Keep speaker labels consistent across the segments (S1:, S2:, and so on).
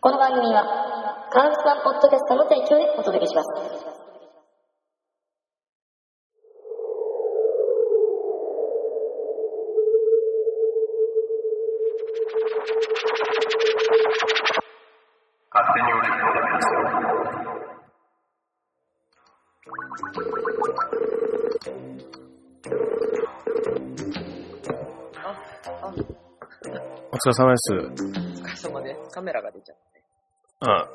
S1: この番組は、カウスワンポッドキャストの提供でお届けします。
S2: 勝手に俺と
S3: お疲れ様です。
S4: お疲れ様です。カメラが出ちゃっ
S3: あ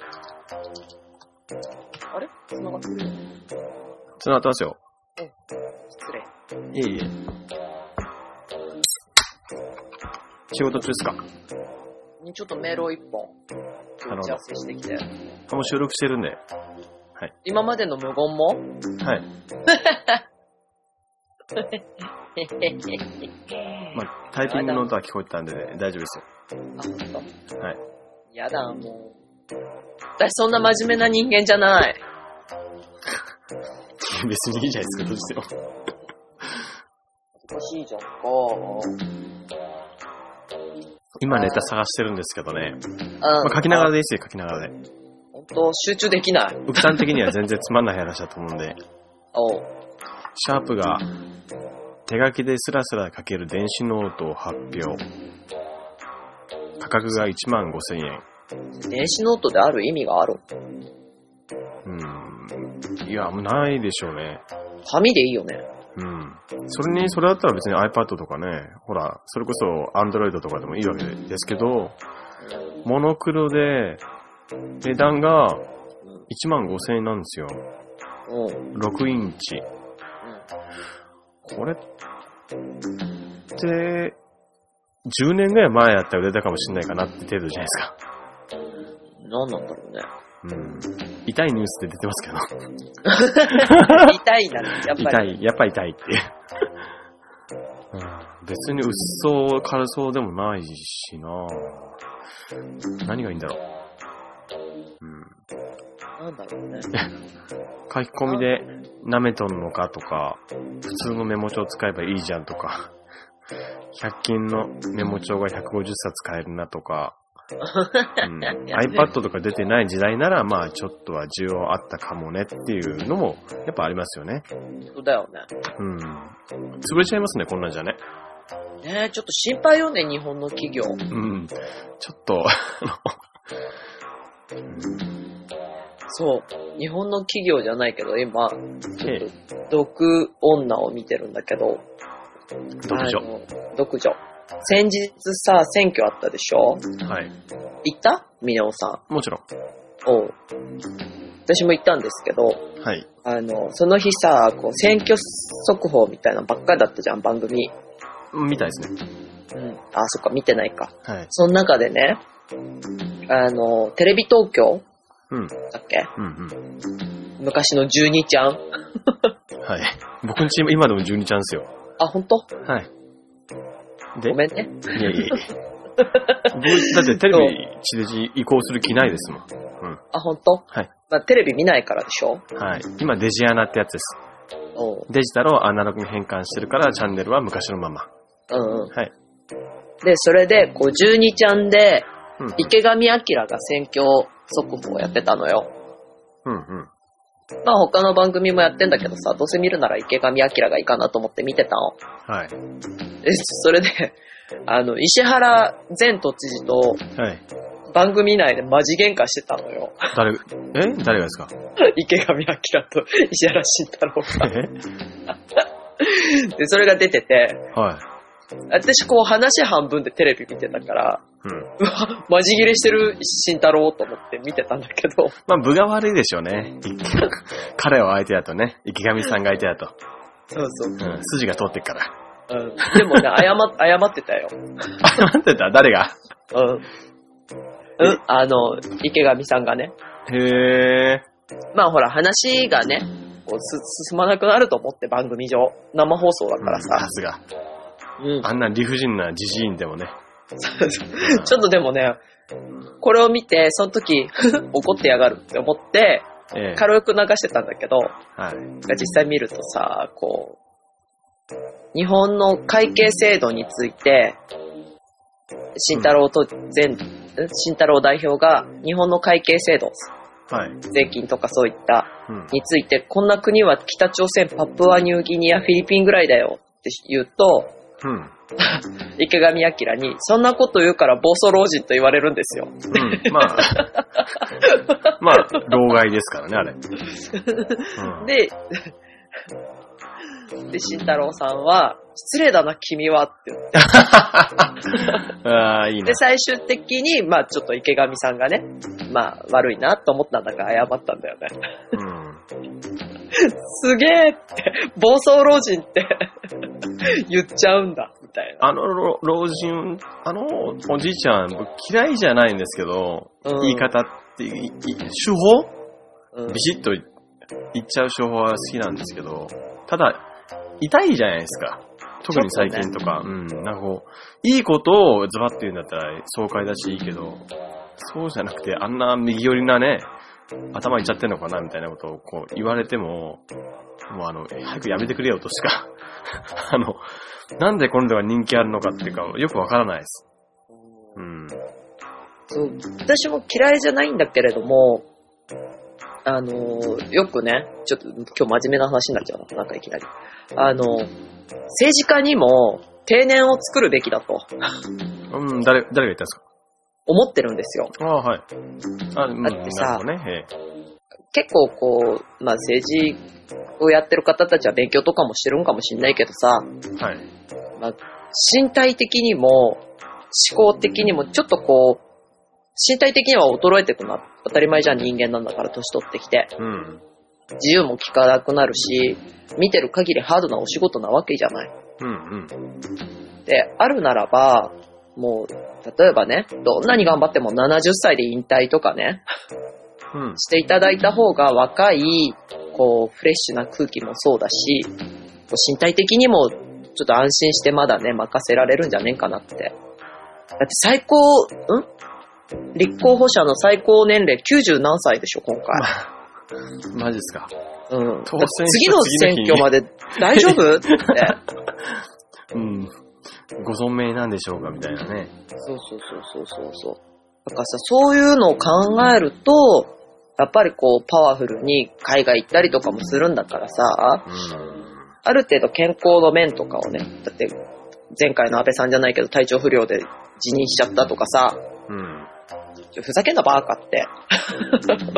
S4: た。あれ繋がってる
S3: 繋がってますよ。
S4: 失礼。
S3: いえいえ。仕事中ですか
S4: にちょっとメールを一本、
S3: なるほど
S4: 打ち合わせしてきて。
S3: あもう収録してるんで。は
S4: 今までの無言も
S3: い。
S4: へへへへ。
S3: まあ、タイピングの音は聞こえてたんで、ね、大丈夫ですよ。
S4: あ、ほんと。
S3: はい。
S4: やだ、もう。私そんな真面目な人間じゃない。
S3: 別にいいじゃないですか、どうしても。
S4: おかしいじゃんか。う
S3: 今ネタ探してるんですけどね。
S4: ん。
S3: まあ、書きながらでいいですよ、書きながらで。
S4: ほんと、集中できない。
S3: うきさん的には全然つまんない話だと思うんで、
S4: おう。
S3: シャープが手書きでスラスラ書ける電子ノートを発表。価格が1万5千円。
S4: 電子ノートである意味がある。
S3: うん。いや、もうないでしょうね。
S4: 紙でいいよね。
S3: うん。それに、それだったら別に iPad とかね、ほら、それこそ Android とかでもいいわけですけど、モノクロで、値段が1万5千円なんですよ。
S4: うん。うん。
S3: 6インチ。これって、10年ぐらい前だったら売れたかもしれないかなって程度じゃないですか。
S4: 何なんだろ うね。
S3: うん。痛いニュースって出てますけど。
S4: 痛いな、やっぱ
S3: 痛
S4: り。
S3: い、やっぱ痛いっていう。 うん、別に薄そう、軽そうでもないしな何がいいんだろう。うん、
S4: なんだろうね。
S3: 書き込みで舐めとんのかとか、普通のメモ帳使えばいいじゃんとか、100均のメモ帳が150冊買えるなとか、 うん、iPad とか出てない時代なら、まあちょっとは需要あったかもねっていうのも、やっぱありますよね。
S4: そうだよね。
S3: うん。潰れちゃいますね、こんなんじゃね。
S4: ねえ、ちょっと心配よね、日本の企業。
S3: うん。ちょっと、
S4: そう。日本の企業じゃないけど、今、
S3: ええ
S4: 毒女を見てるんだけど。
S3: どうでしょ
S4: あの毒女。先日さ、選挙あったでしょ
S3: う。はい。
S4: 行ったミネオさ
S3: もちろ
S4: ん。おう。私も行ったんですけど、
S3: ん。はい。
S4: あの、その日さ、こう、選挙速報みたいなのばっかりだったじゃん、番組。
S3: みたいですね。
S4: うん。あ、そっか、見てないか。
S3: はい。
S4: その中でね、あの、テレビ東京
S3: うん。
S4: だっけ
S3: うんうん。
S4: 昔の12ちゃん。
S3: はい。僕んち今でも12ちゃんですよ。
S4: あ、ほんと
S3: はい。で、
S4: ごめんね。
S3: いやいやいや。僕だってテレビ、地デジ移行する気ないですもん。
S4: あ、ほんと
S3: はい。
S4: まあ、テレビ見ないからでしょ
S3: はい。今デジアナってやつです。
S4: おう。
S3: デジタルをアナログに変換してるから、チャンネルは昔のまま。
S4: うんうん。
S3: はい。
S4: で、それで、こう、12ちゃんで、
S3: うん。
S4: 池上彰が選挙速報をやってたのよ。
S3: うんうん。
S4: まあ、他の番組もやってんだけどさ、どうせ見るなら池上彰がいいかなと思って見てたの。
S3: はい。
S4: で、それで、あの、石原前都知事と
S3: はい。
S4: 番組内でマジ喧嘩してたのよ。
S3: 誰、え誰がですか
S4: 池上彰と石原慎太郎が。
S3: え
S4: で、それが出てて、
S3: はい。
S4: 私こう話半分でテレビ見てたから、
S3: うん。
S4: うわ、マジギレしてる慎太郎と思って見てたんだけど。
S3: まあ、部が悪いでしょうね。彼は相手だとね。池上さんが相手だと。
S4: そうそう。
S3: うん。筋が通ってっから。
S4: うん、で もね、謝っ、謝ってたよ。
S3: 謝ってた誰が
S4: うん。うん、あの、池上さんがね。
S3: へえ。
S4: まあほら、話がね、こうす進まなくなると思って番組上。生放送だか
S3: まあ
S4: ら
S3: さ
S4: さ。
S3: すが。
S4: うん。
S3: あんな理不尽なじじいんでもね。
S4: ちょっとでもね、これを見て、その時、 怒ってやがるって思って、
S3: ええ。
S4: 軽く流してたんだけど、
S3: はい。
S4: 実際見るとさ、こう、日本の会計制度について、慎太郎と前、ん慎太郎代表が日本の会計制度、
S3: はい。
S4: 税金とかそういった
S3: うん。
S4: について、こんな国は北朝鮮、パプアニューギニア、フィリピンぐらいだよって言うと、
S3: うん。
S4: 池上彰に、そんなこと言うから暴走老人と言われるんですよ。
S3: うん。まあ。まあ、老害ですからね、あれ。うん。
S4: で、で、慎太郎さんは、失礼だな、君はって言って
S3: ああ、いいね
S4: で、。最終的に、まあちょっと池上さんがね、まあ悪いなと思ったんだから謝ったんだよね。
S3: うん。
S4: すげえって、暴走老人って 言っちゃうんだ、みたいな。
S3: あの老老人、あのおじいちゃん、僕嫌いじゃないんですけど、
S4: うん
S3: 言い方って、いい手法
S4: うん
S3: ビシッと言っちゃう手法は好きなんですけど、ただ、痛いじゃないですか。特に最近とか、うん、なんかこう、いいことをズバッと言うんだったら爽快だしいいけど、そうじゃなくて、あんな右寄りなね、頭いっちゃってんのかなみたいなことをこう言われても、もうあの、早くやめてくれよとしか、 あの、なんで今度は人気あるのかっていうか、よくわからないです。うん。
S4: そう私も嫌いじゃないんだけれども、あのー、よくね、ちょっと今日真面目な話になっちゃうな、なんかいきなり。あのー、政治家にも定年を作るべきだと
S3: うん、誰、誰が言ったんですか
S4: 思ってるんですよ。
S3: ああ、はい。あ、うん、な
S4: だってさ
S3: るほどね。ええ
S4: 結構こう、まあ政治をやってる方たちは勉強とかもしてるんかもしんないけどさ、
S3: はい。
S4: まあ、身体的にも思考的にもちょっとこう、身体的には衰えてくな。当たり前じゃん人間なんだから年取ってきて。
S3: うん。
S4: 自由も効かなくなるし、見てる限りハードなお仕事なわけじゃない。
S3: うんうん。
S4: で、あるならば、もう、例えばね、どんなに頑張っても70歳で引退とかね、
S3: うん。
S4: していただいた方が若い、こう、フレッシュな空気もそうだし、こう身体的にもちょっと安心してまだね、任せられるんじゃねえかなって。だって最高、ん立候補者の最高年齢90何歳でしょ、今回。
S3: マジっすか。
S4: うん。
S3: 当選した
S4: 次の選挙まで大丈夫って。
S3: うん。ご存命なんでしょうかみたいなね。
S4: そうそうそうそうそうそう。だからさ、そういうのを考えると、やっぱりこう、パワフルに海外行ったりとかもするんだからさ、
S3: うん。
S4: ある程度健康の面とかをね、だって前回の安倍さんじゃないけど体調不良で辞任しちゃったとかさ、
S3: うん。
S4: ちょふざけんなバーカって。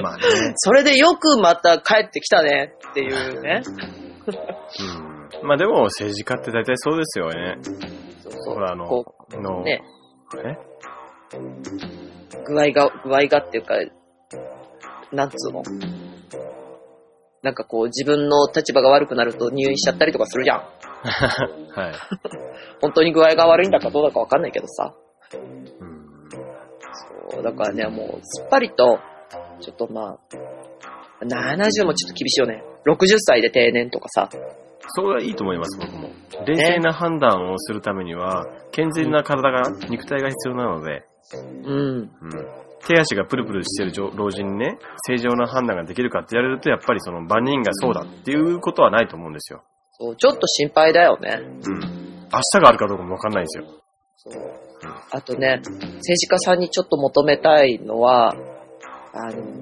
S3: まあね。
S4: それでよくまた帰ってきたねっていうね。
S3: うん。まあでも政治家って大体そうですよね。
S4: そうそ
S3: ほ
S4: う。
S3: ら、あの、
S4: こ
S3: の、
S4: うね、
S3: え
S4: 具合が、具合がっていうか、なんつうの。なんかこう自分の立場が悪くなると入院しちゃったりとかするじゃん。
S3: はい。
S4: 本当に具合が悪いんだかどうだかわかんないけどさ。
S3: うん。
S4: そう、だからね、もう、すっぱりと、ちょっとまあ、70もちょっと厳しいよね。60歳で定年とかさ。
S3: それはいいと思います、僕も。冷静な判断をするためには、健全な体が、肉体が必要なので、
S4: うん。
S3: うん。手足がプルプルしてる老老人にね、正常な判断ができるかってやれると、やっぱりその万人がそうだっていうことはないと思うんですよ。
S4: そう、ちょっと心配だよね。
S3: うん。明日があるかどうかもわかんないんですよ。
S4: そう。あとね、政治家さんにちょっと求めたいのは、あの、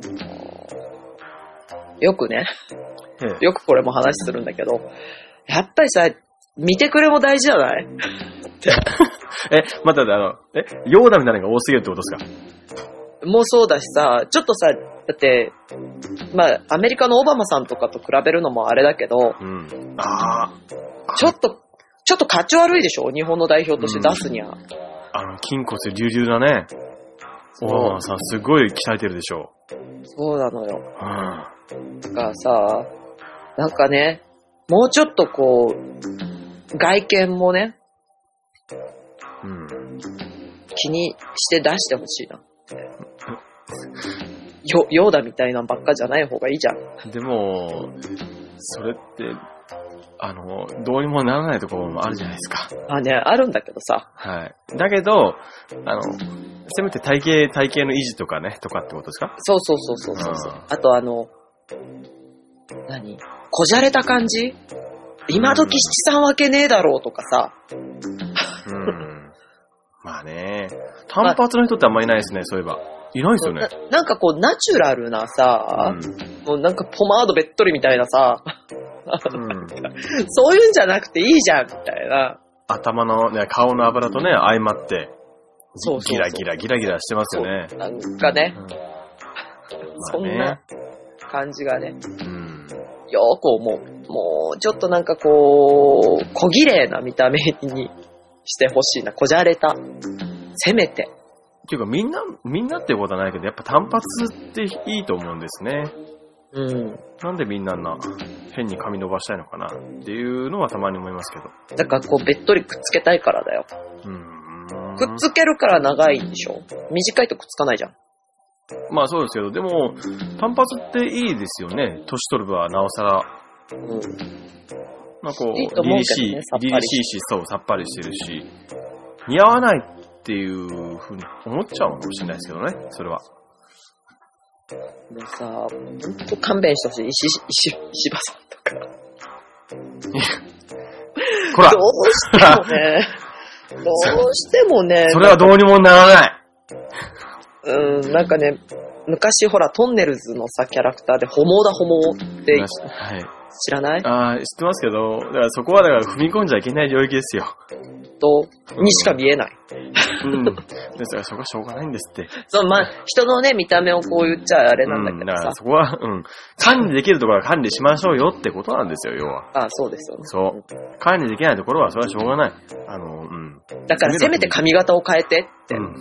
S4: よくね、
S3: え
S4: よくこれも話するんだけど、やっぱりさ、見てくれも大事じゃない
S3: え、え、またあの、え、ヨーダみたいなのが多すぎるってことですか
S4: もうそうだしさ、ちょっとさ、だって、まあ、アメリカのオバマさんとかと比べるのもあれだけど、
S3: うん。ああ。
S4: ちょっと、ちょっと価値悪いでしょ日本の代表として出すには。
S3: あの、筋骨隆々だね。
S4: そ
S3: 大
S4: う
S3: 浜さん、すごい鍛えてるでしょ
S4: そうなのよ
S3: う。。うん。
S4: だからさ、なんかね、もうちょっとこう、外見もね、
S3: うん。
S4: 気にして出してほしいなって。よ、ヨーダみたいなんばっかじゃない方がいいじゃん。
S3: でも、それって、あの、どうにもならないところもあるじゃないですか。
S4: まあね、あるんだけどさ。
S3: はい。だけど、あの、せめて体型、体型の維持とかね、とかってことですか
S4: そうそうそうそうそうそう
S3: うん
S4: あとあの、何こじゃれた感じ今時七三分けねえだろうとかさ。
S3: うん。 まあね。単発の人ってあんまいないですね、そういえば。いないですよね。
S4: ななんかこう、ナチュラルなさ、もうなんかポマードべっとりみたいなさ、
S3: うん。うん
S4: そういうんじゃなくていいじゃんみたいな。
S3: 頭の、ね、顔の油とね、相まって、
S4: そうそうそう
S3: ギラギラ、ギラギラしてますよね。
S4: なんかね、
S3: うん
S4: そん
S3: まあ
S4: な
S3: ね
S4: 感じがね、
S3: うん。
S4: よーく思う。もうちょっとなんかこう、小綺麗な見た目にしてほしいな。こじゃれた。せめて。
S3: っていうか、みんな、みんなってことはないけど、やっぱ単発っていいと思うんですね。
S4: うん。
S3: なんでみんなあんな、変に髪伸ばしたいのかなっていうのはたまに思いますけど。
S4: だからこう、べっとりくっつけたいからだよ。
S3: うん。
S4: くっつけるから長いでしょ。短いとくっつかないじゃん。
S3: まあそうですけど、でも、単発っていいですよね。年取ればなおさら。
S4: うん。
S3: まあこう、
S4: いいと
S3: 凛
S4: 思うけ
S3: 々
S4: ど
S3: しい、
S4: ねさっぱり
S3: 凛々しいし、そう、さっぱりしてるし、似合わないっていうふうに思っちゃうのかもしれないですけどね、それは。
S4: もうさ、ほんと勘弁してほしい。石、石、石破さんとか。
S3: こら
S4: どうしてもね、ど うしてもね、
S3: それはどうにもならない
S4: うん、なんかね、昔ほら、トンネルズのさ、キャラクターで、ホモだホモって
S3: はい。
S4: 知らない
S3: ああ、知ってますけど、だからそこはだから踏み込んじゃいけない領域ですよ。
S4: と、にしか見えない。
S3: うん。ですからそこはしょうがないんですって。
S4: そう、まあ、人のね、見た目をこう言っちゃあれなんだ
S3: う
S4: けど
S3: ん、だか
S4: さ
S3: ら。そこは、うん。管理できるところは管理しましょうよってことなんですよ、要は。
S4: ああそうですよね。
S3: そう。管理できないところはそれはしょうがない。あの、うん。
S4: だからせめて髪型を変えてって。
S3: うん、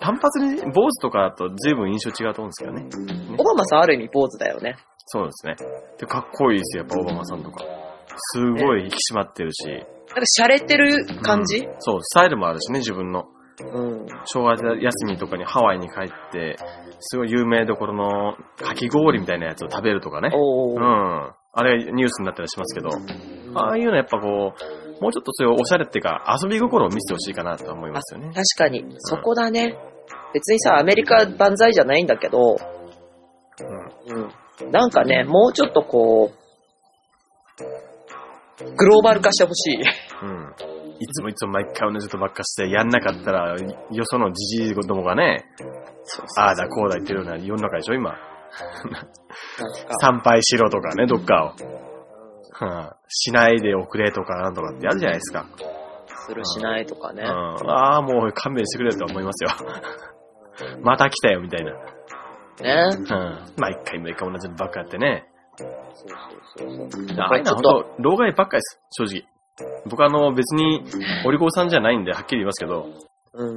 S3: 単発に坊主とかだと随分印象違うと思うんですけどね。
S4: オバマさんある意味坊主だよね。
S3: そうですね。で、かっこいいですよ、やっぱオバマさんとか。すごい引き締まってるし。
S4: なんか洒落てる感じ、
S3: うんそう、スタイルもあるしね、自分の。
S4: うん、
S3: 正月休みとかにハワイに帰って、すごい有名どころのかき氷みたいなやつを食べるとかね。
S4: お
S3: う
S4: ー
S3: ん。あれがニュースになったりしますけど、ああいうのやっぱこう、もうちょっとそういうおしゃれっていうか、遊び心を見せてほしいかなと思いますよね
S4: 確。かに、そこだね。別にさ、アメリカ万歳じゃないんだけど、うん、なんかね、もうちょっとこう、グローバル化してほしい。
S3: うん。いつもいつも毎回同じことばっかして、やんなかったら、よそのじじいどもがね、ああだこうだ言ってるような世の中でしょ、今。
S4: なんか
S3: 参拝しろとかね、どっかを。うん、しないでおくれとかなんとかってあるじゃないですか。
S4: するしないとかね
S3: うん、。ああ、もう勘弁してくれよとは思いますよ。 また来たよみたいな。
S4: ね。
S3: うん、毎回毎回同じのばっかやってね。
S4: そうそうそうそう。
S3: ああいうのは
S4: ちょ
S3: 本当、老害ばっかりです、正直。僕あの別にお利口さんじゃないんではっきり言いますけど、
S4: うん。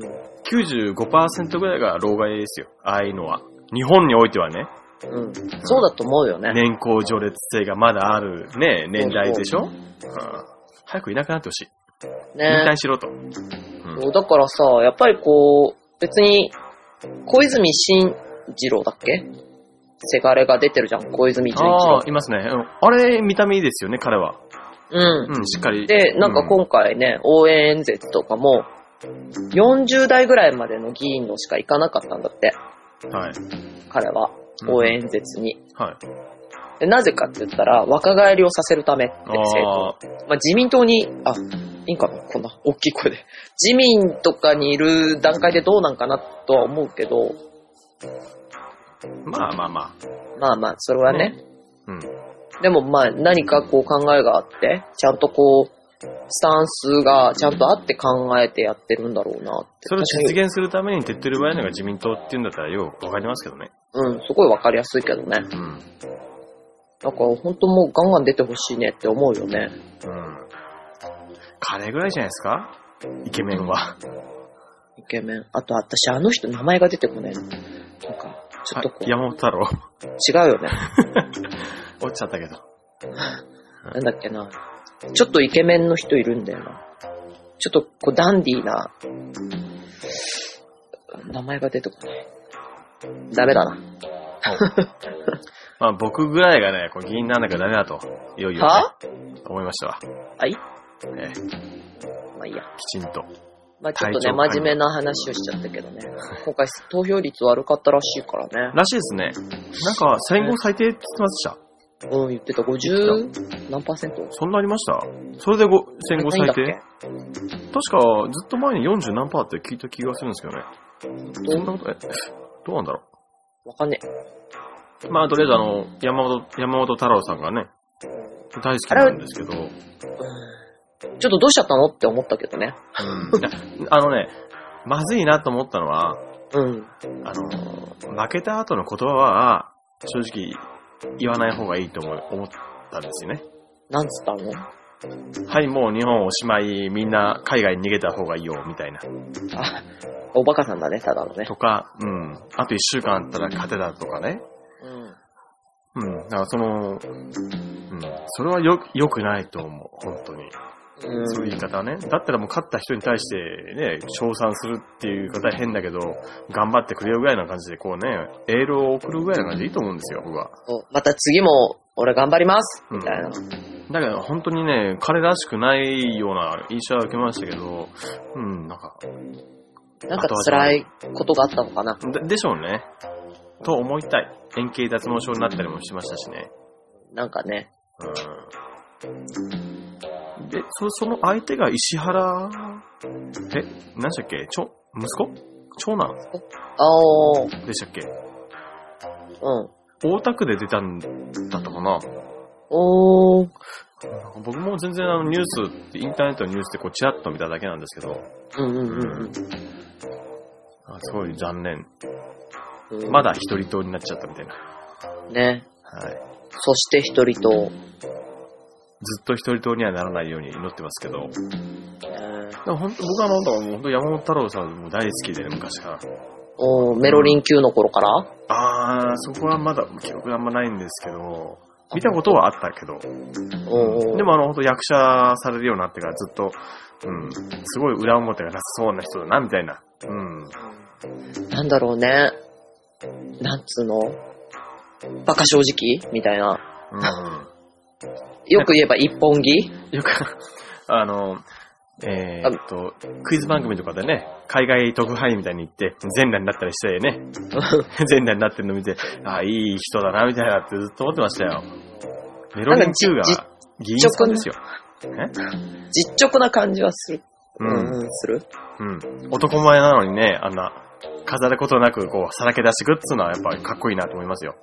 S3: 95%ぐらいが老害ですよ。ああいうのは。日本においてはね、
S4: うん。そうだと思うよね。
S3: 年功序列性がまだあるね、年代でしょ、うん早くいなくなってほしい。
S4: ね
S3: 引退しろと。うん
S4: そうだからさ、やっぱりこう、別に、小泉進次郎だっけせがれが出てるじゃん、小泉純一
S3: あ
S4: 郎
S3: あ、。いますね。うんあれ、見た目いいですよね、彼は。
S4: う
S3: うん、しっかり。
S4: ん。で、なんか
S3: う
S4: 今回ね、応援演説とかも、40代ぐらいまでの議員のしか行かなかったんだって、
S3: ん、はい。
S4: 彼は。
S3: うん
S4: 応援演説に。
S3: はい。
S4: でなぜかって言ったら、若返りをさせるためって政
S3: あ
S4: 党
S3: あ。、
S4: まあ、自民党に、あ、いいんかなこんな大きい声で。自民とかにいる段階でどうなんかなとは思うけど、
S3: まあまあま
S4: まあまあ、それはね
S3: ねあ。うん。
S4: でもまあ何かこう考えがあって、ちゃんとこう、スタンスがちゃんとあって考えてやってるんだろうなって。
S3: それを実現するために手っ取り早いのが自民党っていうんだったらよくわかりますけどね。
S4: うん、すごいわかりやすいけどね。なんか
S3: うん。
S4: 本当もうガンガン出てほしいねって思うよね。
S3: うん。彼ぐらいじゃないですかイケメンは。
S4: イケメン。あと、私、あの人、名前が出てこないの。なんか、ちょっとこう、違
S3: 山本太郎。
S4: うよね。
S3: 落ちちゃったけど。
S4: なんだっけな。ちょっとイケメンの人いるんだよな。ちょっと、こう、ダンディーな。名前が出てこない。ダメだな。
S3: まあ僕ぐらいがね、こう議員になんなきゃダメだと、いよいよ、ね、
S4: は
S3: 思いましたわ。
S4: はい。
S3: ええ
S4: まあいいや。
S3: きちんと。
S4: まあちょっと
S3: 体
S4: ね、
S3: 調管理
S4: 真面目な話をしちゃったけどね。今回、投票率悪かったらしいからね。
S3: らしいですね。なんか戦後最低って言ってました。
S4: うん、言ってた。50何パーセント
S3: そんなありましたそれでご戦後最低
S4: ないんだっ
S3: 確かずっと前に40何パーって聞いた気がするんですけどね。
S4: け
S3: そ
S4: ど
S3: ん
S4: う
S3: なこと、え、どうなんだろ
S4: わかんねえ。
S3: う。まあとりあえずあの、山本、山本太郎さんがね、大好きなんですけど、
S4: うんちょっとどうしちゃったのって思ったけどね。
S3: うんいやあのね、まずいなと思ったのは、
S4: うん。
S3: あの、負けた後の言葉は、正直言わない方がいいと思い思ったんですよね。
S4: なんつったの
S3: はい、もう日本おしまい、みんな海外に逃げた方がいいよ、みたいな。
S4: あ、おバカさんだね、ただのね。
S3: とか、うん。あと一週間あったら勝てたとかね。
S4: うん。
S3: うん。だからその、うん。それはよ、良くないと思う、本当に。
S4: うん
S3: そういう言い方はね。だったらもう勝った人に対してね、称賛するっていう言い方は変だけど、頑張ってくれよぐらいな感じで、こうね、エールを送るぐらいな感じでいいと思うんですよ、僕は。
S4: そうまた次も、俺頑張りますみたいな。
S3: だけど、本当にね、彼らしくないような印象は受けましたけど、うん、なんか、
S4: なんか辛いことがあったのかな。
S3: ででしょうね。と思いたい。円形脱毛症になったりもしましたしね。
S4: なんかね。
S3: うん。で、そその相手が石原、え、何でしたっけちょ、息子長男
S4: あおー、
S3: でしたっけ
S4: うん。
S3: 大田区で出たんだったかな
S4: おー、
S3: 僕も全然あのニュースって、インターネットのニュースでこうチラッと見ただけなんですけど、
S4: うんうんうん
S3: あすごい残念。
S4: うん。
S3: まだ一人党になっちゃったみたいな。
S4: ね。
S3: はい。
S4: そして一人と、
S3: ずっと一人党にはならないように祈ってますけど、
S4: うん
S3: でも本当僕はなんだろう、本当山本太郎さんも大好きで、昔から。
S4: おー、メロリン級の頃から
S3: あー、そこはまだ記憶があんまないんですけど、見たことはあったけど、
S4: おー、
S3: でもあの、本当役者されるようになってからずっと、うん、すごい裏表がなさそうな人だな、みたいな。うん。
S4: なんだろうね。なんつうのバカ正直みたいな。
S3: う
S4: よく言えば一本木
S3: ん。よく、 あの、えー、っと、クイズ番組とかでね、海外特派員みたいに行って、全裸になったりし てね、全裸になってるの見て、あーいい人だな、みたいなってずっと思ってましたよ。メロディン Q
S4: なん
S3: が
S4: か
S3: 議員さんですよ。え
S4: 実直な感じはする。
S3: う
S4: うん
S3: ん、
S4: うん、する。
S3: うん。男前なのにね、あんな、飾ることなく、こう、さらけ出してくっつうのはやっぱりかっこいいなと思いますよ。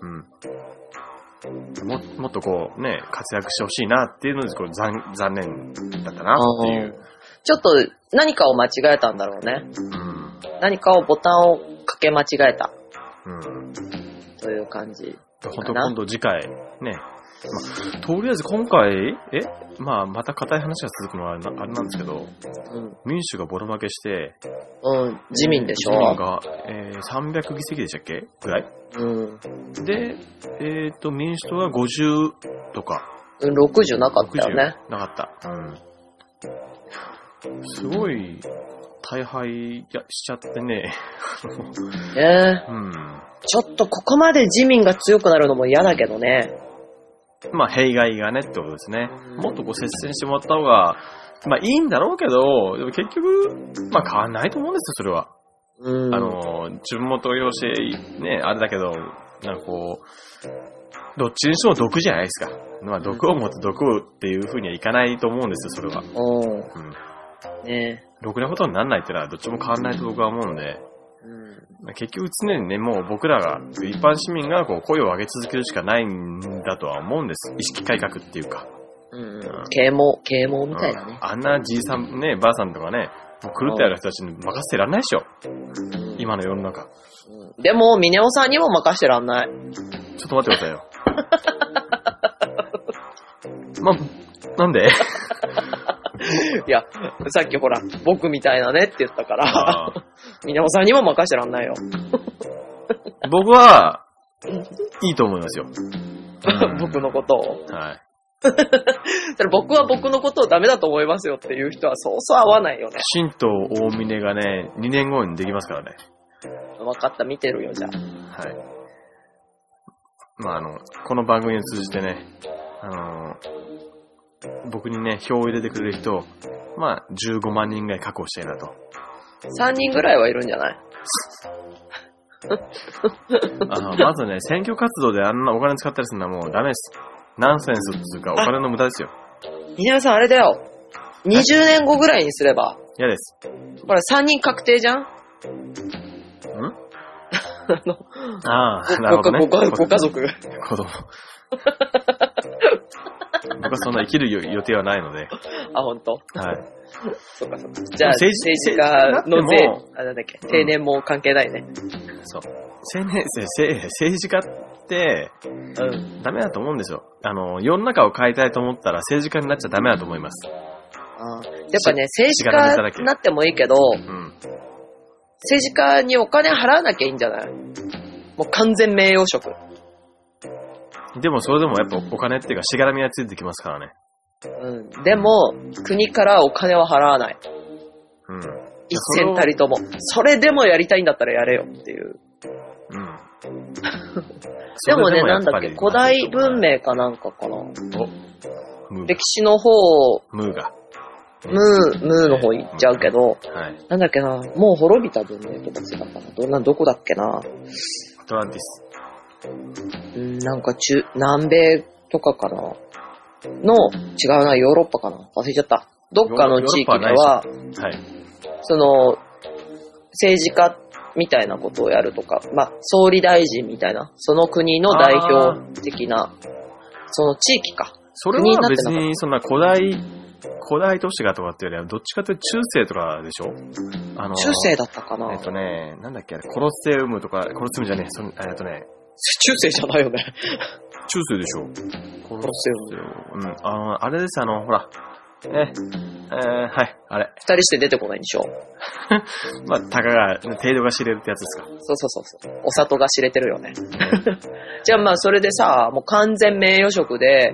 S3: うん。も、もっとこう、ね、活躍してほしいなっていうので、こう、残、残念だったなっていう。
S4: ちょっと何かを間違えたんだろうね。
S3: うん。
S4: 何かをボタンをかけ間違えた
S3: うん。
S4: という感じ。
S3: 本当今度次回、ね。まあ、とりあえず今回、えまあ、また硬い話が続くのはあれなあれなんですけど、
S4: うん。
S3: 民主がボロ負けして、
S4: うん、自民でし
S3: 自民
S4: ょ。
S3: が、えー、300議席でしたっけぐらい
S4: うん。
S3: で、えっ、と、民主党が50とか、
S4: うん60なかったよ
S3: 60
S4: ね。
S3: なかった。うん。すごい、大敗やしちゃってね。
S4: ねえ
S3: うん。
S4: ちょっとここまで自民が強くなるのも嫌だけどね。
S3: まあ、弊害がねってことですね
S4: うん。
S3: もっとこう接戦してもらった方が、まあいいんだろうけど、でも結局、まあ変わんないと思うんですよ、それは。
S4: うん。
S3: あの、自分も投票して、ね、あれだけど、なんかこう、どっちにしても毒じゃないですか。まあ毒を持って毒をっていうふうにはいかないと思うんですよ、それは。
S4: うん。
S3: うん。
S4: ね
S3: ろくなことにならないってのはどっちも変わらないと僕は思うんで、
S4: え。うん。
S3: 結局常にね、もう僕らが、一般市民がこう声を上げ続けるしかないんだとは思うんです。意識改革っていうか。
S4: うんうん。啓蒙、啓蒙みたいなね。
S3: うんあんなじいさん、ね、ばあさんとかね、もう狂ったような人たちに任せてらんないでしょ。
S4: うん
S3: 今の世の中。
S4: うんでも、峰尾さんにも任してらんない。
S3: ちょっと待ってくださ いよ。ま、なんで
S4: いや、さっきほら、僕みたいなねって言ったから、
S3: あー
S4: みなおさんにも任せらんないよ。
S3: 僕は、いいと思いますよ。うん
S4: 僕のことを。
S3: はい。
S4: それ僕は僕のことをダメだと思いますよっていう人はそうそう合わないよね。
S3: 新党大峰がね、2年後にできますからね。
S4: 分かった、見てるよ、じゃあ。
S3: はい。まあ、あの、この番組を通じてね、あのー僕にね、票を入れてくれる人を、まあ、15万人ぐらい確保したいなと。
S4: 3人ぐらいはいるんじゃない
S3: あの、まずね、選挙活動であんなお金使ったりするのはもうダメです。ナンセンスっていうか、お金の無駄ですよ。
S4: みなおさん、あれだよ。20年後ぐらいにすれば。
S3: 嫌です。
S4: ほら、3人確定じゃん
S3: ん
S4: あの、
S3: ああ、なる
S4: ご
S3: ほど
S4: ご
S3: ね。
S4: ごごご家族。
S3: 子供。僕はそんな生きる予定はないので。
S4: あ、ほんと。
S3: はい。
S4: そうかそうか。じゃあ、政
S3: 政治
S4: 治家の税
S3: 政治家になっても、
S4: あ、なんだっけ、定年も関係ないね。
S3: そう。青年生、せ政治家って、
S4: うん。
S3: ダメだと思うんですよ。あの、世の中を変えたいと思ったら政治家になっちゃダメだと思います。
S4: あーやっぱね、政治
S3: しがらみだら
S4: 家
S3: け
S4: になってもいいけど、
S3: うん。
S4: 政治家にお金払わなきゃいいんじゃないもう完全名誉職。
S3: でもそれでもやっぱお金っていうかしがらみがついてきますからね。
S4: うん。でも、国からお金は払わない。
S3: うん。
S4: 一銭たりとも。それでもやりたいんだったらやれよっていう。
S3: うん。
S4: でもね、
S3: それや
S4: な
S3: ぱ
S4: んだっ
S3: り
S4: け、古代文。明かなんかかな。
S3: おムー
S4: 歴。史の方、
S3: ムーが。
S4: ムー、ムーの方行っちゃうけど、
S3: はい。
S4: なんだっけな、もう滅びた文明とか違うかな。どんな、どこだっけな。
S3: アトランティス。
S4: うん、なんか中、南米とかかな。の、違うな、ヨーロッパかな。忘れちゃった。どっかの地域で
S3: ヨーロッパ
S4: は、
S3: はい。
S4: その、政治家みたいなことをやるとか、まあ、総理大臣みたいな、その国の代表的な、その地域か。
S3: それは別にそんな古代、古代都市がとかっていうよりは、どっちかというと中世とかでしょあの
S4: 中世だったかな。
S3: えっとね、なんだっけ、あれコロッセウムとか、コロッセウムじゃねえ、そんえっとね、
S4: 中世じゃないよね。
S3: 中世でしょコロ
S4: ロッセウ
S3: ム。うん、あの、あれです、あの、ほら、え、えーはい、あれ。
S4: 二人して出てこないんでしょ。
S3: まあ、たかが、程度が知れるってやつですか。
S4: そうそうそうそう。お里が知れてるよね。 じゃあまあそれでさ、もう完全名誉職で、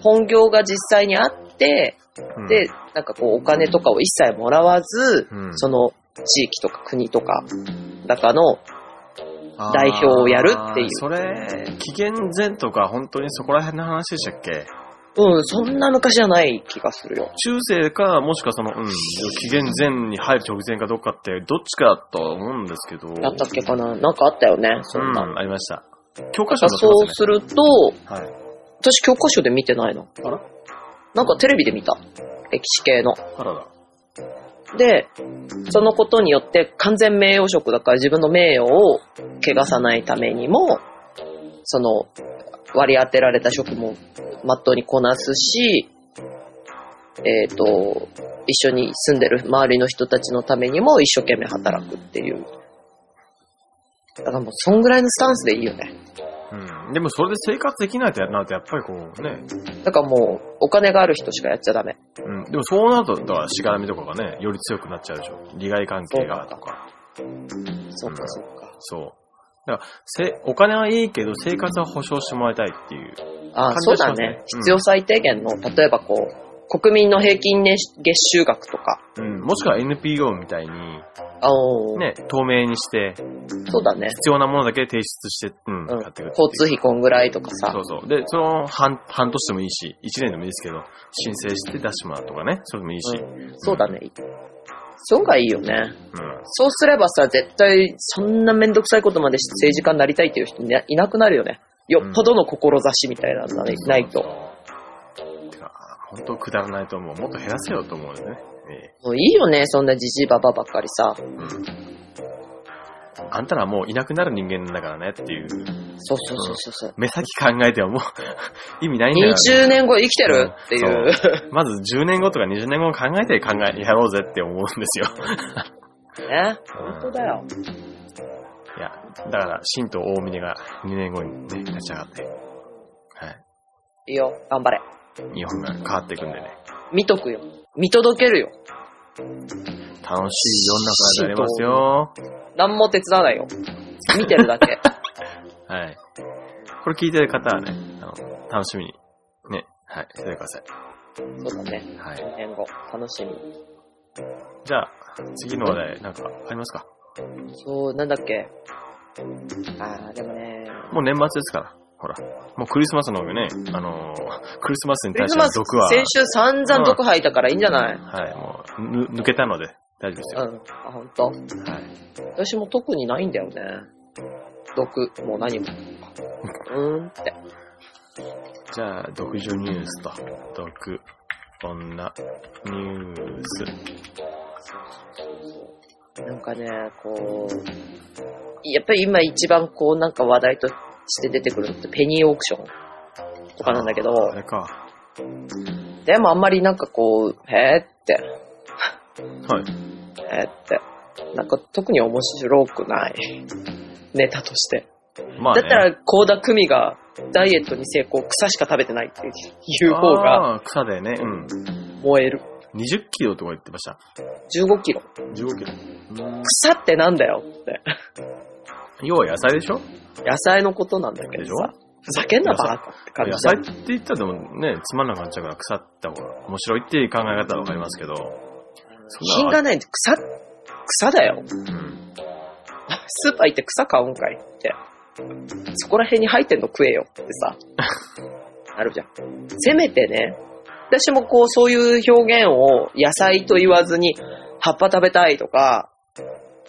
S4: 本業が実際にあって、
S3: うん、
S4: で、なんかこうお金とかを一切もらわず、
S3: うん
S4: その地域とか国とか、中の、
S3: あー
S4: 代表をやるっていう
S3: それ、紀元前とか本当にそこら辺の話でしたっけ
S4: うん、そんな昔じゃない気がするよ。
S3: 中世か、もしくはその、うん、紀元前に入る直前かどっかって、どっちかだとは思うんですけど。
S4: だったっけかななんかあったよね、そんな。
S3: うん、ありました。教科書
S4: あ
S3: に載
S4: そう
S3: って
S4: すると、
S3: ますね。はい。
S4: 私教科書で見てないの。
S3: あら
S4: なんかテレビで見た。歴史系の。
S3: あらだ。
S4: で、そのことによって完全名誉職だから自分の名誉を汚さないためにも、その割り当てられた職もまっとうにこなすし、えっ、と、一緒に住んでる周りの人たちのためにも一生懸命働くっていう。だからもうそんぐらいのスタンスでいいよね。
S3: うん。でもそれで生活できないとなると、やっぱりこうね、
S4: だからもうお金がある人しかやっちゃダメ。
S3: うん。でもそうなると、だからしがらみとかがね、より強くなっちゃうでしょ。利害関係がとか。
S4: そうかそうか。
S3: そう。だから、せ、お金はいいけど、生活は保障してもらいたいっていう。
S4: ああ、
S3: 感
S4: そう
S3: 動しま
S4: だ
S3: すね
S4: ね。
S3: うん
S4: 必要最低限の、例えばこう、国民の平均年月収額とか。
S3: うん。もしくは NPO みたいに、
S4: あおー
S3: ね、透明にして、
S4: そうだね。
S3: 必要なものだけ提出して、うん、
S4: うん。
S3: 買ってくる。
S4: 交通費こんぐらいとかさ
S3: そ。うそう。で、その半、半年でもいいし、1年でもいいですけど、申請して出してもらうとかね、それでもいいし。
S4: うんそうだね。そうがいいよね。
S3: うん。
S4: そうすればさ、絶対、そんなめんどくさいことまでして政治家になりたいっていう人いないなくなるよね。よっぽどの志みたいなのがねないと。
S3: てか、本当くだらないと思う。もっと減らせようと思うよね。え
S4: もういいよね、そんなじじいばばばっかりさ。
S3: えうん。あんたらもういなくなる人間だからねっていう、
S4: そうそうそうそうそう。
S3: 目先考えてはもう意味ないんだよ、
S4: 20年後生きてるっていう。
S3: まず10年後とか20年後を考えて考え、やろうぜって思うんです よ。
S4: ね。本当だよ。
S3: いや、だから、新と大峰が2年後にね、立ち上がって、はい。
S4: いいよ、頑張れ。
S3: 日本が変わっていくんでね。
S4: 見とくよ。見届けるよ。
S3: 楽しい世の中になりますよ。
S4: 何も手伝わないよ。見てるだ け。
S3: はい。これ聞いてる方はね、あの、楽しみに。ね。はい。しててください。
S4: そうだね。
S3: はい。
S4: 2年後、楽しみ。
S3: じゃあ、次の話題、なんか、ありますか
S4: そう、なんだっけ。あー、でもね、
S3: もう年末ですから。ほら。もうクリスマスのね、あのークリスマスに
S4: クリ
S3: 対し
S4: ス
S3: ての
S4: マス
S3: 毒は、
S4: 先週散々毒吐いたからいいんじゃない
S3: はい、もう、ぬ抜けたので、大丈夫です
S4: う
S3: よ。
S4: ん。あ、ほんと。
S3: はい。
S4: 私も特にないんだよね。毒、もう何も。うーんって。
S3: じゃあ、独女ニュースと、毒女ニュース。
S4: なんかね、こう、やっぱり今一番こうなんか話題として出てくるのってペニーオークションとかなんだけど、
S3: あれか。
S4: でもあんまりなんかこう、へーって、
S3: はい。
S4: へーって、なんか特に面白くない。ネタとして。
S3: まあ、
S4: だ
S3: ね、
S4: ったら、高田久美がダイエットに成功、草しか食べてないっていう方が
S3: あー草でね、うん。
S4: 燃える。
S3: 20キロとか言ってました。
S4: 15キロ。
S3: 15キロ。うん
S4: 草ってなんだよって。
S3: 要は野菜でしょ
S4: 野菜のことなんだけど
S3: でし
S4: さ
S3: ょ。
S4: ふざけんなバカって感
S3: 野
S4: じだ
S3: 菜。って言ったらでもね、つまんなくなっちゃうから腐った方が面白いっていう考え方はわかりますけど、そん
S4: 品
S3: な
S4: がないんで草、草だよ。
S3: うん。
S4: スーパー行って草買うんかいって。そこら辺に入ってんの食えよって さ。あるじゃん。せめてね、私もこうそういう表現を野菜と言わずに、葉っぱ食べたいとか、言うけど
S3: 葉っぱ、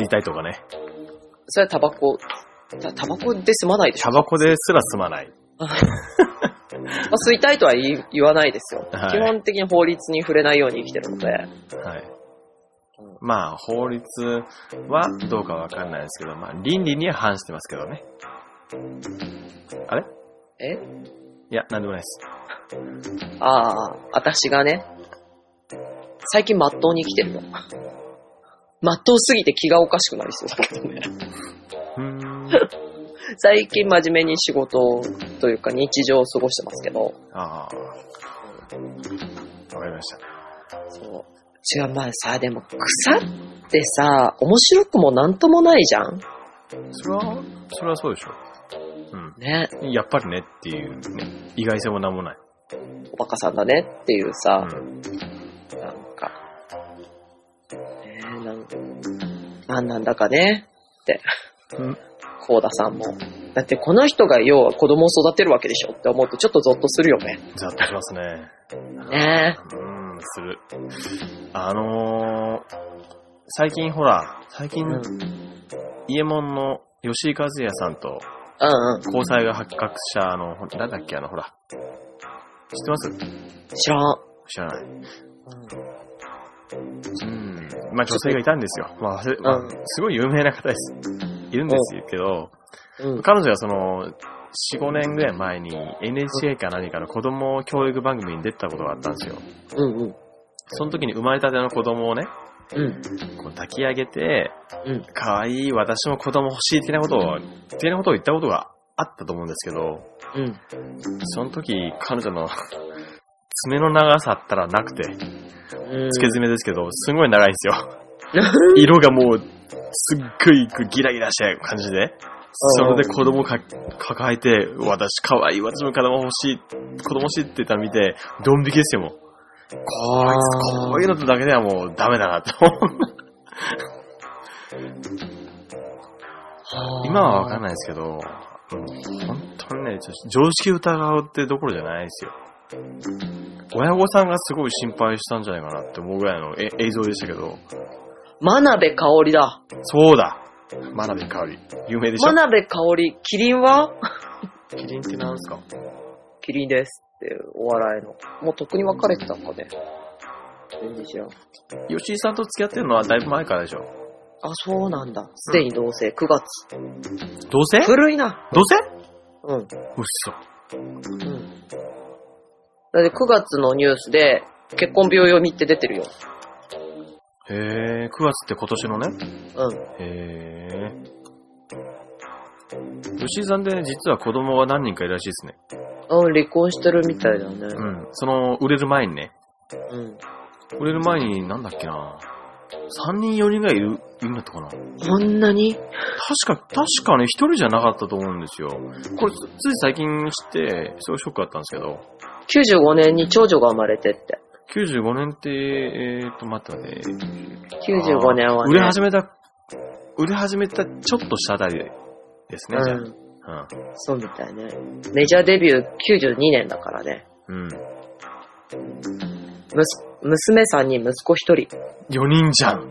S3: 吸いたいとかね。
S4: それはタバコ、たタバコで済まないでしょ
S3: タ。バコですら済まない。
S4: まあ吸いたいとは言い言わないですよ、
S3: はい
S4: 基本的に法律に触れないように生きてるので。
S3: はい。まあ、法律はどうかわかんないですけど、まあ、倫理には反してますけどね。あれ
S4: え
S3: いや、なんでもないです。
S4: ああ、私がね、最近まっとうに生きてるの。まっとうすぎて気がおかしくなりそうだ けどね。
S3: うーん。
S4: 最近真面目に仕事というか日常を過ごしてますけど、
S3: ああ。わかりました。
S4: そう。違う、まあさ、でも草ってさ、面白くもなんともないじゃん
S3: それは、それはそうでしょ
S4: ね。
S3: う。うん。やっぱりねっていうね、意外性もなんもない。
S4: おバカさんだねっていうさ、
S3: うん。
S4: なんか、ねえ、なんか、なんなんだかね、
S3: うん
S4: コ田さんも。だってこの人が要は子供を育てるわけでしょって思うとちょっとゾッとするよね。
S3: ざっとしますね。
S4: ね
S3: うーん、する。あのー、最近ほら、最近、
S4: うん。うん
S3: イエモンの吉井和也さんと
S4: うん。
S3: 交際が発覚した、あの、ほなんだっけ、あの、ほら。知ってます
S4: 知らん。
S3: 知らない。
S4: うん
S3: うん。まあ、女性がいたんですよ。まあ、忘れまあ
S4: うん
S3: すごい有名な方です。いるんですけど、
S4: うん。
S3: 彼女がその、4、5年ぐらい前に NHK か何かの子供教育番組に出てたことがあったんですよ。
S4: うんうん。
S3: その時に生まれたての子供をね、
S4: うん。
S3: こう抱き上げて、
S4: うん。
S3: 可愛い私も子供欲しい的なことを、的なことを言ったことがあったと思うんですけど、
S4: うん。
S3: その時、彼女の爪の長さったらなくて、
S4: うん。
S3: 付け爪ですけど、すごい長いんです よ。色がもう、すっごいこうギラギラした感じで、それで子供か抱えて、私可愛い、私も子供欲しい、子供欲しいって言ったの見て、ドン引きですよ、もう。こいつ、こういうのだけではもうダメだなと。 今はわかん
S4: ない。
S3: ないですけど、うん本当にね、ちょ常識疑うってどころじゃないですよ。親御さんがすごい心配したんじゃないかなって思うぐらいのえ映像でしたけど、
S4: 真鍋かおりだ。
S3: そうだ真鍋かおり。有名でし
S4: 真
S3: ょ
S4: 鍋かおり、キリンは
S3: キリンってなんですか
S4: キリンですっていうお笑いの。もうとっくに別れてたんかね。全然知らん。
S3: 吉井さんと付き合ってるのはだいぶ前からでしょ
S4: あ、そうなんだ。すでに同棲、9月。
S3: 同棲
S4: 古いな。
S3: 同棲
S4: うん。うん。
S3: うっそ。
S4: だって9月のニュースで、結婚病読みって出てるよ。
S3: へえ、9月って今年のね。
S4: うん。
S3: へえ。吉井さんで実は子供が何人かいるらしいですね。
S4: うん、離婚してるみたいだね。
S3: うん。その、売れる前にね。
S4: うん。
S3: 売れる前に、なんだっけな3人4人ぐらいいる、いるんだったかな確
S4: こんなに
S3: か、確かね、1人じゃなかったと思うんですよ。これ、つつい最近知って、すごいショックだったんですけど、
S4: ?95 年に長女が生まれてって。
S3: 95年って、えーっと、待って待って。
S4: 95年は
S3: あー
S4: ね。
S3: 売れ始めた、売れ始めたちょっとしたあたりですね、じゃ
S4: うん。
S3: あ。
S4: そうみたいね。メジャーデビュー92年だからね。
S3: うん。うん。
S4: むす娘さんに息子一人。
S3: 4人じゃん。
S4: うん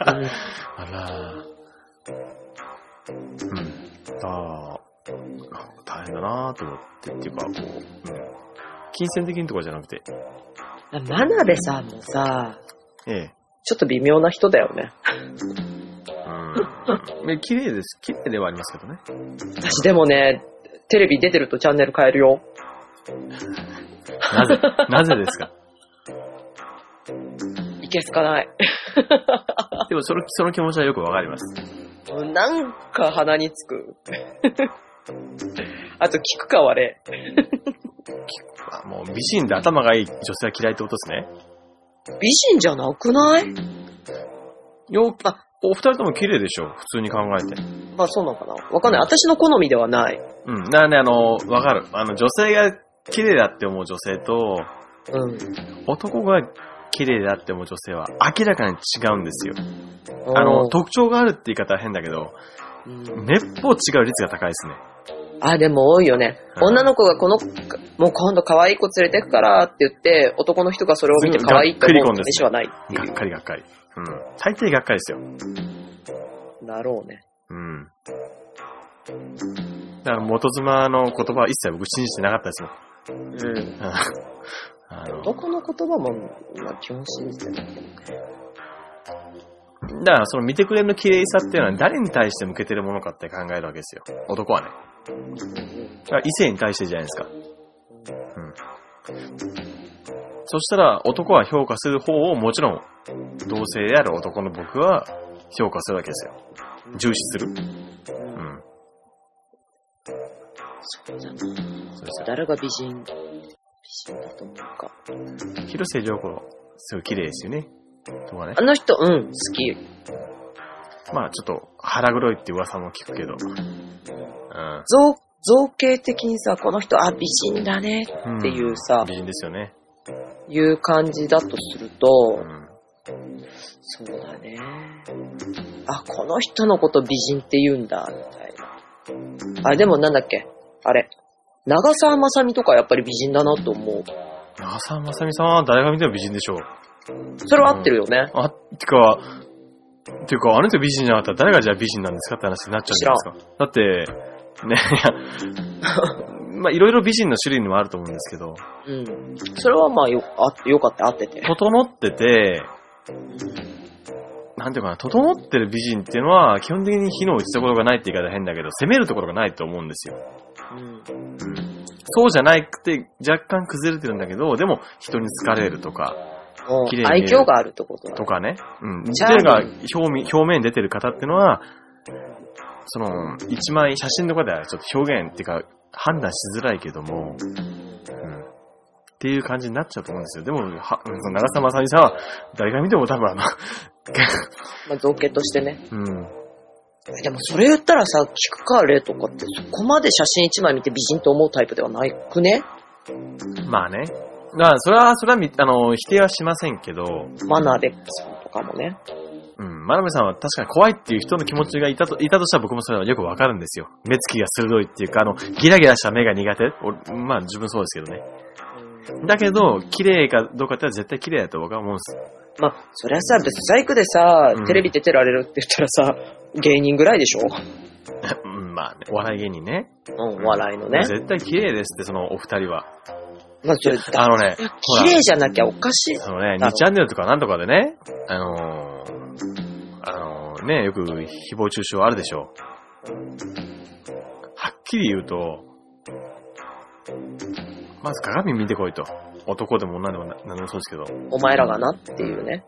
S3: あらー。うん。あーあ、大変だなーと思って、っていうか、こう、うん。金銭的にとかじゃなくて、
S4: 真鍋さんもさ、
S3: ええ。
S4: ちょっと微妙な人だよね。
S3: うん。え綺麗です。綺麗ではありますけどね。
S4: 私でもね、テレビ出てるとチャンネル変えるよ。
S3: な ぜ、なぜですか。
S4: いけすかない。
S3: でも、その、その気持ちはよくわかります。
S4: なんか鼻につく。 あと、聞くか悪い。
S3: あもう、美人で頭がいい女性は嫌いってことですね。
S4: 美人じゃなくない
S3: よう、あ、お二人とも綺麗でしょ。普通に考えて。
S4: まあそうなのかなわかんない。私の好みではない。
S3: うん。なんで、あの、わかる。あの、女性が綺麗だって思う女性と、
S4: うん。
S3: 男が綺麗だって思う女性は明らかに違うんですよ。あの、特徴があるって言い方は変だけど、
S4: うん
S3: めっぽう違う率が高いですね。
S4: あ、でも多いよね。
S3: はい
S4: 女の子がこの、もう今度可愛い子連れてくからって言って、男の人がそれを見て可愛いって思う飯はないって
S3: が
S4: い
S3: っかりがっかり。うん。大抵がっかりですよ。
S4: う。だろうね。
S3: うん。だから元妻の言葉は一切僕信じてなかったですもん。
S4: うん。
S3: うん あの
S4: 男の言葉も、まあ、基本信じてないけどね。
S3: だからその見てくれの綺麗さっていうのは誰に対して向けてるものかって考えるわけですよ。男はね。だから異性に対してじゃないですか。そしたら男は評価する方をもちろん同性である男の僕は評価するわけですよ。重視する。うん。
S4: そうだな
S3: そうですよ。
S4: 誰が美人、美人だと思うか。
S3: 広瀬涼子、すごい綺麗ですよね。とかね
S4: あ。の人、うん、好き。
S3: まあちょっと腹黒いって噂も聞くけど。うん。
S4: 造、造形的にさ、この人、あ、美人だね、
S3: ん
S4: っていうさ
S3: 美人ですよね。
S4: いう感じだとする
S3: う
S4: と、
S3: ん。
S4: そうだね。あ、この人のこと美人って言うんだ、みたいな。あ、でもなんだっけあれ。長澤まさみとかやっぱり美人だなと思う。
S3: 長澤まさみさんは誰が見ても美人でしょう。
S4: それは合ってるよね。
S3: あ、てか、てか、あの人美人じゃなかったら誰がじゃあ美人なんですかって話になっちゃうんじゃないですか。だって、ね、いや、 まあいろいろ美人の種類にもあると思うんですけど、
S4: うん。それはまあよ、あ、よかった、合ってて。
S3: 整ってて、なんていうかな、整ってる美人っていうのは、基本的に火の打ち所がないって言い方変だけど、攻めるところがないと思うんですよ。
S4: うん。
S3: そうじゃないくて、若干崩れてるんだけど、でも人に好かれるとか、
S4: もう
S3: 綺麗に
S4: 愛嬌があるってことだ。
S3: とかね。うん。
S4: チ
S3: 自
S4: ャーミン
S3: 体
S4: グ
S3: が表面表面に出てる方ってのは、その、一枚写真とかではちょっと表現っていうか、判断しづらいけども、うん。っていう感じになっちゃうと思うんですよ。でも、は、うんその長澤まさみさんは、誰が見ても多分あの、
S4: まあ、造形としてね。
S3: うん。
S4: でもそれ言ったらさ、菊川玲とかってそこまで写真一枚見て美人と思うタイプではないくね
S3: まあね。まあ、それは、それはみ、あの、否定はしませんけど、
S4: マナーベックさんとかもね。
S3: うん、真鍋さんは確かに怖いっていう人の気持ちがいたと、いたとしたら僕もそれはよくわかるんですよ。目つきが鋭いっていうか、あの、ギラギラした目が苦手。俺まあ自分そうですけどね。だけど、綺麗かどうかってのは絶対綺麗だと僕は思うんです。
S4: まあ、そりゃさ、別に細工でさ
S3: うん、
S4: テレビ出てられるって言ったらさ、芸人ぐらいでしょ
S3: うん、まあね、お笑い芸人ね。
S4: うん、笑いのね。
S3: 絶対綺麗ですって、そのお二人は。
S4: まあ、それ、
S3: あのね、ほら
S4: 綺麗じゃなきゃおかしい。
S3: そのね、
S4: なるほど
S3: 2チャンネルとかなんとかでね、あのー、あのーね、よく誹謗中傷あるでしょはっきり言うと、まず鏡見てこいと。男でも女でもな何でもそうですけど、
S4: お前らがなっていうね。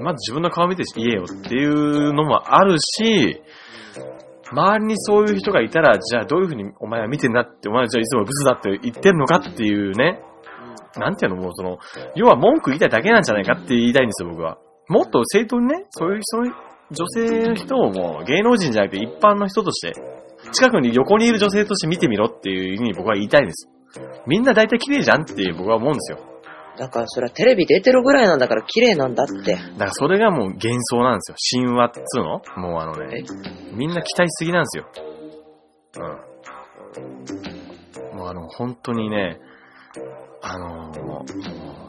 S3: まず自分の顔見て言えよっていうのもあるし、周りにそういう人がいたら、じゃあどういうふうにお前は見てんだって、お前はじゃあいつもブスだって言ってんのかっていうね、なんていうのもうその、要は文句言いたいだけなんじゃないかって言いたいんですよ、僕は。もっと正当にね、そういう、そういう女性の人をもう芸能人じゃなくて一般の人として、近くに横にいる女性として見てみろっていう意味に僕は言いたいんです。みんな大体綺麗じゃんっていう僕は思うんですよ。
S4: だからそれはテレビ出てるぐらいなんだから綺麗なんだって。
S3: だからそれがもう幻想なんですよ。神話っつうのもうあの
S4: え、
S3: ねみんな期待しすぎなんですよ。うん。もうあの、本当にね、あのー、もう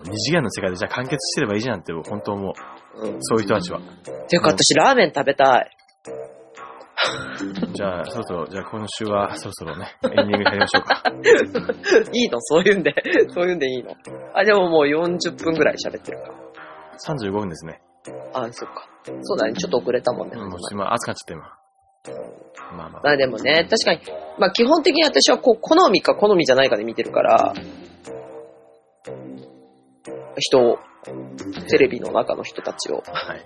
S3: 二次元の世界でじゃあ完結してればいいじゃんって本当思う。
S4: うん。
S3: そういう人たちは。
S4: てか私ラーメン食べたい。
S3: じゃあ、そろそろ、じゃあ今週はそろそろね、エンディング入りましょうか。
S4: いいのそういうんで。そういうんでいいの。あ、でももう40分ぐらい喋ってるか
S3: 35分ですね。
S4: ら。あ、そっか。そうだね。ちょっと遅れたもんね。
S3: うんもうちょっと暑くなっちゃった今。まあまあ。
S4: まあでもね、確かに、まあ基本的に私はこう、好みか好みじゃないかで見てるから、人を、テレビの中の人たちを。
S3: はい。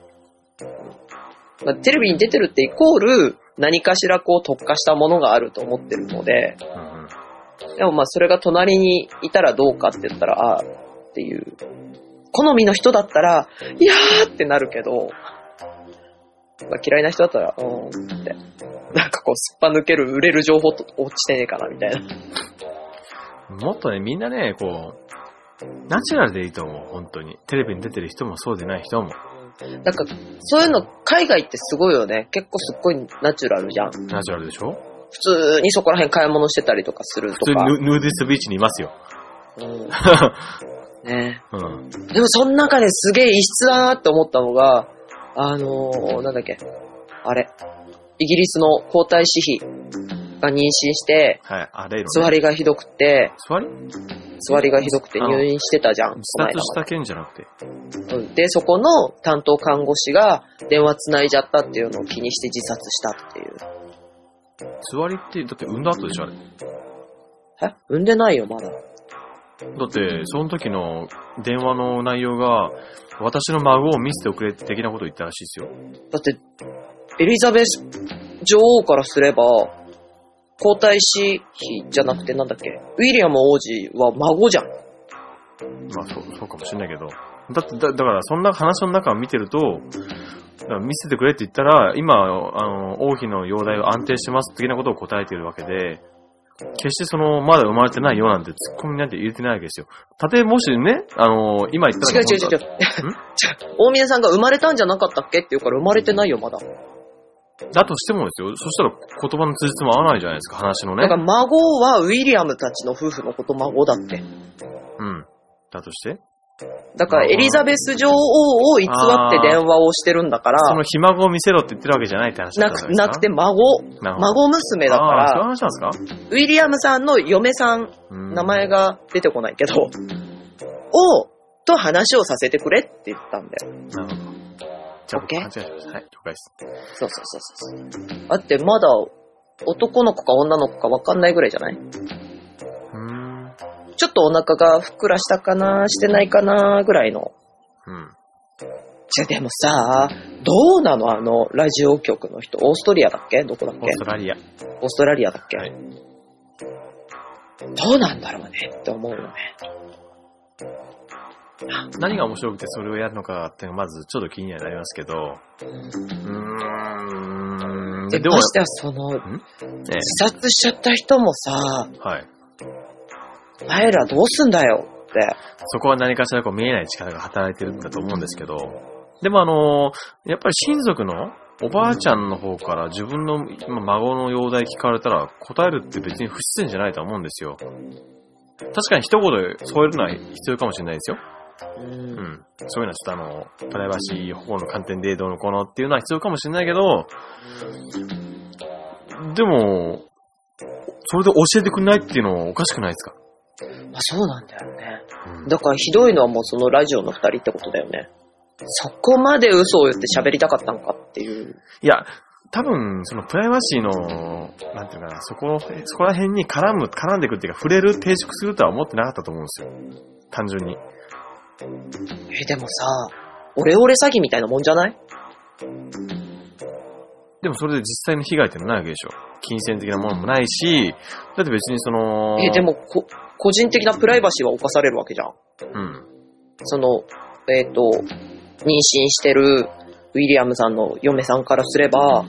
S4: まあテレビに出てるってイコール、何かしらこう特化したものがあると思ってるので、
S3: うんうん。
S4: でもまあそれが隣にいたらどうかって言ったら、ああっていう。好みの人だったら、いやーってなるけど、まあ、嫌いな人だったら、うーんって。なんかこう、すっぱ抜ける、売れる情報と落ちてねえかな、みたいな。
S3: もっとね、みんなね、こう、ナチュラルでいいと思う、本当に。テレビに出てる人もそうでない人も、
S4: なんか、そういうの、海外ってすごいよね。結構すっごいナチュラルじゃん。普
S3: ナチュラルでしょ
S4: 通にそこら辺買い物してたりとかする
S3: 普通
S4: と
S3: に
S4: か。
S3: ヌヌーディストビーチにいますよ。
S4: うん、ね
S3: うん。
S4: でもその中ですげえ異質だなって思ったのが、あのー、なんだっけ、あれ、イギリスの皇太子妃が妊娠して、
S3: はい。あ、例の、ね。
S4: 座りがひどくて、
S3: 座り
S4: 座りがひどくて
S3: あの
S4: 入院してたじゃん、
S3: 自
S4: この
S3: 殺
S4: 間
S3: した件じゃなくて。
S4: もうんで、そこの担当看護師が電話繋いじゃったっていうのを気にして自殺したっていう。
S3: 座りって、だって産んだ後でしょ、あれ。
S4: え産んでないよ、まだ。
S3: だって、その時の電話の内容が、私の孫を見せておくれ的なことを言ったらしいですよ。
S4: だって、エリザベス女王からすれば、皇太子妃じゃなくてなんだっけ、ウィリアム王子は孫じゃん。
S3: まあ、そう、そうかもしれないけど。だって、だだから、そんな話の中を見てると、だから見せてくれって言ったら、今、あの、王妃の容体が安定してます的なことを答えているわけで、決してその、まだ生まれてないよなんてツッコミなんて入れてないわけですよ。たとえもしね、あの、今言った
S4: 違う
S3: ら、
S4: 違う違う。違う大宮さんが生まれたんじゃなかったっけって言うから生まれてないよ、まだ。
S3: だとしてもですよ、そしたら言葉の通じつも合わないじゃないですか、話の
S4: だ
S3: ね
S4: か。ら孫はウィリアムたちの夫婦のこと孫だって。
S3: うん。だとして
S4: だからエリザベス女王を偽って電話をしてるんだから、
S3: そのひ孫を見せろって言ってるわけじゃないって話だ
S4: な
S3: ったじゃ
S4: く
S3: いですか
S4: なくて、孫、
S3: なるほど
S4: 孫娘だか
S3: ああ、そういう
S4: ら、
S3: 話なんですか
S4: ウィリアムさんの嫁さん、
S3: うん
S4: 名前が出てこないけど、を、と話をさせてくれって言ったんだよ。
S3: なるほど。じゃあ、僕
S4: OK？
S3: 勘違いしました。はい、了解です。
S4: そうそうそうそう。だってまだ男の子か女の子かわかんないぐらいじゃない
S3: うん。
S4: ちょっとお腹がふっくらしたかな、してないかな、ぐらいの。
S3: うん。
S4: じゃ、でもさ、どうなのあの、ラジオ局の人。オーストリアだっけどこだっけ
S3: オーストラリア。
S4: オーストラリアだっけ、
S3: はい
S4: どうなんだろうねって思うよね。
S3: 何が面白くてそれをやるのかっていうのがまずちょっと気にはなりますけど。うーん。
S4: で、
S3: で
S4: ま
S3: も、
S4: してはその、自
S3: え
S4: 殺しちゃった人もさ、
S3: えはい。
S4: お前らどうすんだよって。
S3: そこは何かしらこう見えない力が働いてるんだと思うんですけど、でもあのーやっぱり親族のおばあちゃんの方から自分のま孫の容体聞かれたら答えるって別に不自然じゃないと思うんですよ。確かに一言添えるのは必要かもしれないですよ。
S4: うん
S3: うん。そういうのはちょっとあの、プライバシー保護の観点でどうのこうのっていうのは必要かもしれないけど、でも、それで教えてくれないっていうのはおかしくないですか
S4: まあ、そうなんだよね。
S3: うん
S4: だからひどいのはもうそのラジオの二人ってことだよね。そこまで嘘を言って喋りたかったんかっていう。
S3: いや、多分、そのプライバシーの、なんていうのかな、そこ、そこら辺に絡む、絡んでいくっていうか、触れる、定熟するとは思ってなかったと思うんですよ。単純に。
S4: え、でもさ、オレオレ詐欺みたいなもんじゃない
S3: でもそれで実際の被害ってのはないわけでしょ。金銭的なものもないし、だって別にその、
S4: え、でも、こ、個人的なプライバシーは侵されるわけじゃん。
S3: うん。
S4: その、えっ、と、妊娠してるウィリアムさんの嫁さんからすれば、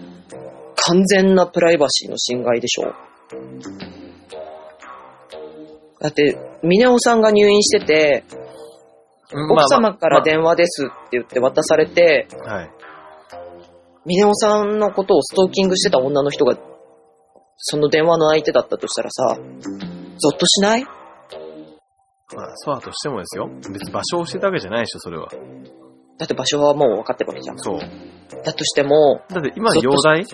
S4: 完全なプライバシーの侵害でしょ。だって、ミネオさんが入院してて、奥様から電話ですって言って渡されて、
S3: まあまあはい。
S4: ミネオさんのことをストーキングしてた女の人が、その電話の相手だったとしたらさ、ゾッとしない
S3: まあ、そうだとしてもですよ。別に場所を教えたわけじゃないでしょ、それは。
S4: だって場所はもう分かってるわけじゃん。
S3: そう。
S4: だとしても、
S3: だって今の容体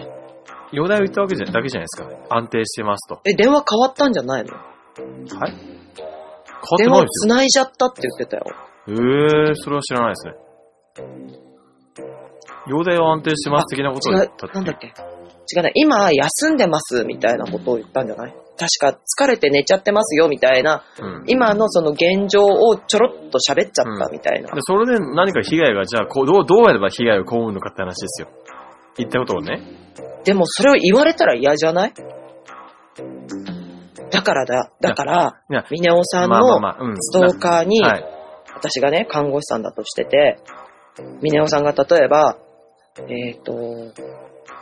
S3: 容体を言ったわけじゃだけじゃないですか。安定してますと。
S4: え、電話変わったんじゃないの
S3: はい
S4: 電
S3: 変
S4: 話
S3: わ
S4: を
S3: ってな
S4: 繋いじゃったって言ってたよ。
S3: いですよ。えー、それは知らないですね。容体は安定してます的なこと
S4: 違
S3: を言っ
S4: う
S3: たっ、て
S4: ないん
S3: う
S4: だっけ違うね。今、休んでますみたいなことを言ったんじゃない確か、疲れて寝ちゃってますよみたいな、
S3: うんで
S4: 今のその現状をちょろっと喋っちゃったみたいな。
S3: それで何か被害が、じゃあこうどう、どうやれば被害を被るのかって話ですよ。言ったことをね。
S4: でも、それを言われたら嫌じゃないだからだ、だから、
S3: いや、
S4: ミネオさん
S3: まあまあ
S4: の
S3: まあ、うん。
S4: ストーカーに、
S3: はい。
S4: 私がね、看護師さんだとしてて、ミネオさんが例えば、えっ、と、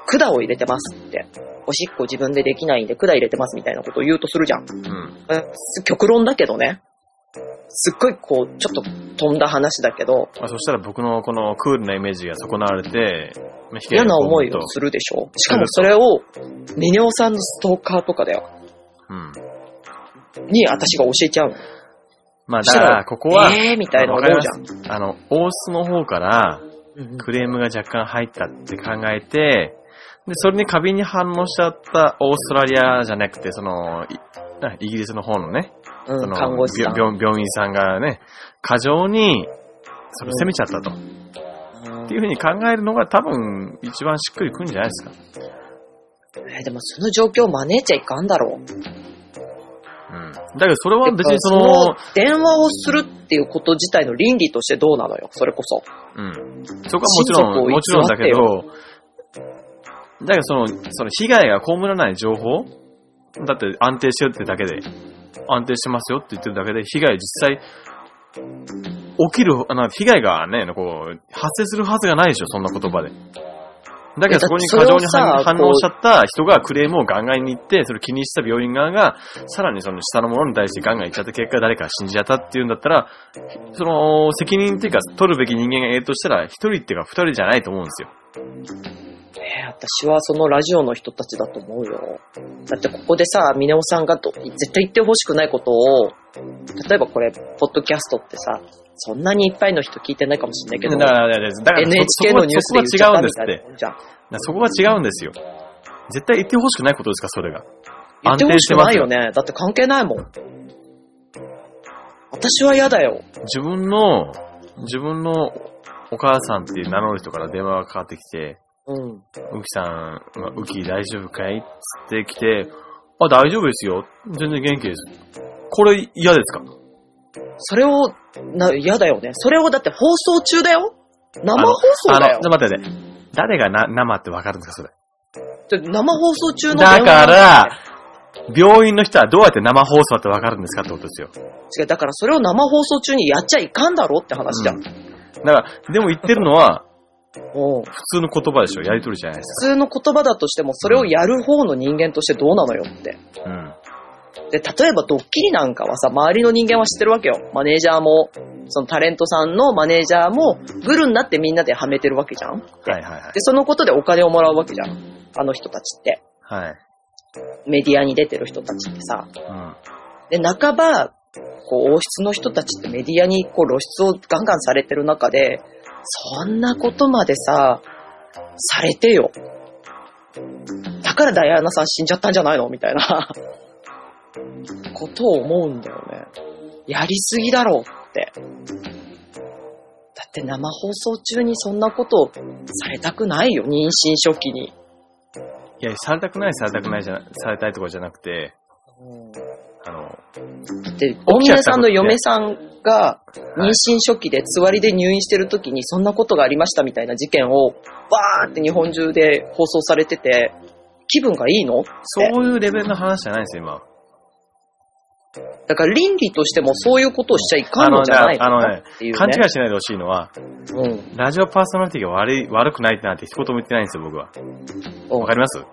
S4: 管を入れてますって、おしっこ自分でできないんで管入れてますみたいなことを言うとするじゃん。
S3: うん。
S4: え極論だけどね。すっごいこう、ちょっと飛んだ話だけど、
S3: まあ、そしたら僕のこのクールなイメージが損なわれて、まあ被
S4: 嫌
S3: 害を
S4: な
S3: 被
S4: 思い
S3: ると
S4: をするでしょしかもそれを、ミネオさんのストーカーとかだよ。
S3: うん。
S4: に私が教えちゃうの。
S3: まあ、
S4: そし
S3: だ
S4: た
S3: から、
S4: ら
S3: ここは、
S4: えーみたいな
S3: わ
S4: 思
S3: かり
S4: う
S3: ま
S4: じ
S3: す
S4: ゃん。
S3: あの、大須の方から、
S4: うんうん
S3: クレームが若干入ったって考えて、で、それに過敏に反応しちゃったオーストラリアじゃなくて、その、いイギリスの方のね、
S4: うん
S3: その
S4: 看護師さん。
S3: 病病院さんがね、過剰に、それを責めちゃったと。っていうふうに考えるのが多分、一番しっくりくるんじゃないですか。
S4: えーでもその状況を真似ちゃいかんだろう。
S3: うん。だけど、それは別にそ
S4: てか
S3: の、
S4: その電話をするっていうこと自体の倫理としてどうなのよ、それこそ。
S3: うん。そこはもちろん、も
S4: 親
S3: ちろ
S4: 族を
S3: ん
S4: 偽
S3: だ
S4: って
S3: け
S4: よ
S3: ど、だけどその、その被害が被らない情報だって安定してるってだけで、安定してますよって言ってるだけで、被害実際、起きる、あの、被害がね、こう、発生するはずがないでしょ、そんな言葉で。だけどそこに過剰に
S4: いやだってそれをさ
S3: 反反
S4: こ
S3: 応
S4: う
S3: しちゃった人がクレームをガンガンに言って、それを気にした病院側が、さらにその下のものに対してガンガン言っちゃった結果、誰かが死んじゃったっていうんだったら、その、責任っていうか、取るべき人間がいるとしたら、一人っていうか二人じゃないと思うんですよ。
S4: えー私はそのラジオの人たちだと思うよ。だってここでさ、ミネオさんがど絶対言ってほしくないことを、例えばこれ、ポッドキャストってさ、そんなにいっぱいの人聞いてないかもしれないけど
S3: だ、から、だからだからそ
S4: NHK のニュースで言っ
S3: そ
S4: ち
S3: こ
S4: ゃった
S3: は違うんで
S4: み
S3: す
S4: たい
S3: って。
S4: なもんじゃん。
S3: だからそこは違うんですよ。絶対言ってほしくないことですか、それが。
S4: 言ってほしく
S3: 安定してま
S4: な
S3: す
S4: い
S3: よ
S4: よね。だって関係ないもん。私は嫌だよ。
S3: 自分の、自分のお母さんっていう名乗る人から電話がかかってきて、
S4: うん。
S3: ウキさん、まあウキ大丈夫かいっつってきて、あ、大丈夫ですよ。全然元気です。これ嫌ですか
S4: それを、な、嫌だよね。それをだって放送中だよ生放送だ
S3: あ
S4: よ
S3: の、ちょ。待って待って。誰がな、生ってわかるんですか、それ。
S4: ちょ生放送中の電話
S3: だ
S4: な
S3: か
S4: んだよ
S3: ら、病院の人はどうやって生放送だってわかるんですかってことですよ。
S4: 違う、だからそれを生放送中にやっちゃいかんだろって話じゃん。
S3: うんだから、でも言ってるのは、
S4: うん
S3: 普通の言葉でしょ。やりとりじゃないです
S4: 普通の言葉だとしても、それをやる方の人間としてどうなのよって。
S3: か。うん。
S4: で、例えばドッキリなんかはさ、周りの人間は知ってるわけよ。マネージャーも、そのタレントさんのマネージャーも、グルになってみんなではめてるわけじゃん。で、
S3: はいはいはい。
S4: そのことでお金をもらうわけじゃん。あの人たちって。
S3: はい。
S4: メディアに出てる人たちってさ。
S3: うん。
S4: で、半ば、こう、王室の人たちってメディアにこう露出をガンガンされてる中で、そんなことまでさ、されてよ。だからダイアナさん死んじゃったんじゃないのみたいな、ことを思うんだよね。やりすぎだろうって。だって生放送中にそんなことをされたくないよ、妊娠初期に。
S3: いや、されたくない、されたくないじゃな、されたいとかじゃなくて、あの、
S4: だって、大宮さんの嫁さんが妊娠初期でつわりで入院してる時にそんなことがありましたみたいな事件をバーって日本中で放送されてて、気分がいいのって。
S3: そういうレベルの話じゃないですよ、今。
S4: だから倫理としてもそういうことをしちゃいかんのじゃないの
S3: あのねあ
S4: か
S3: のね
S4: っていうね。
S3: 勘違いしないでほしいのは、
S4: うん。
S3: ラジオパーソナリティが悪い、悪くないってなんて一言も言ってないんですよ、僕は。
S4: うん
S3: わかります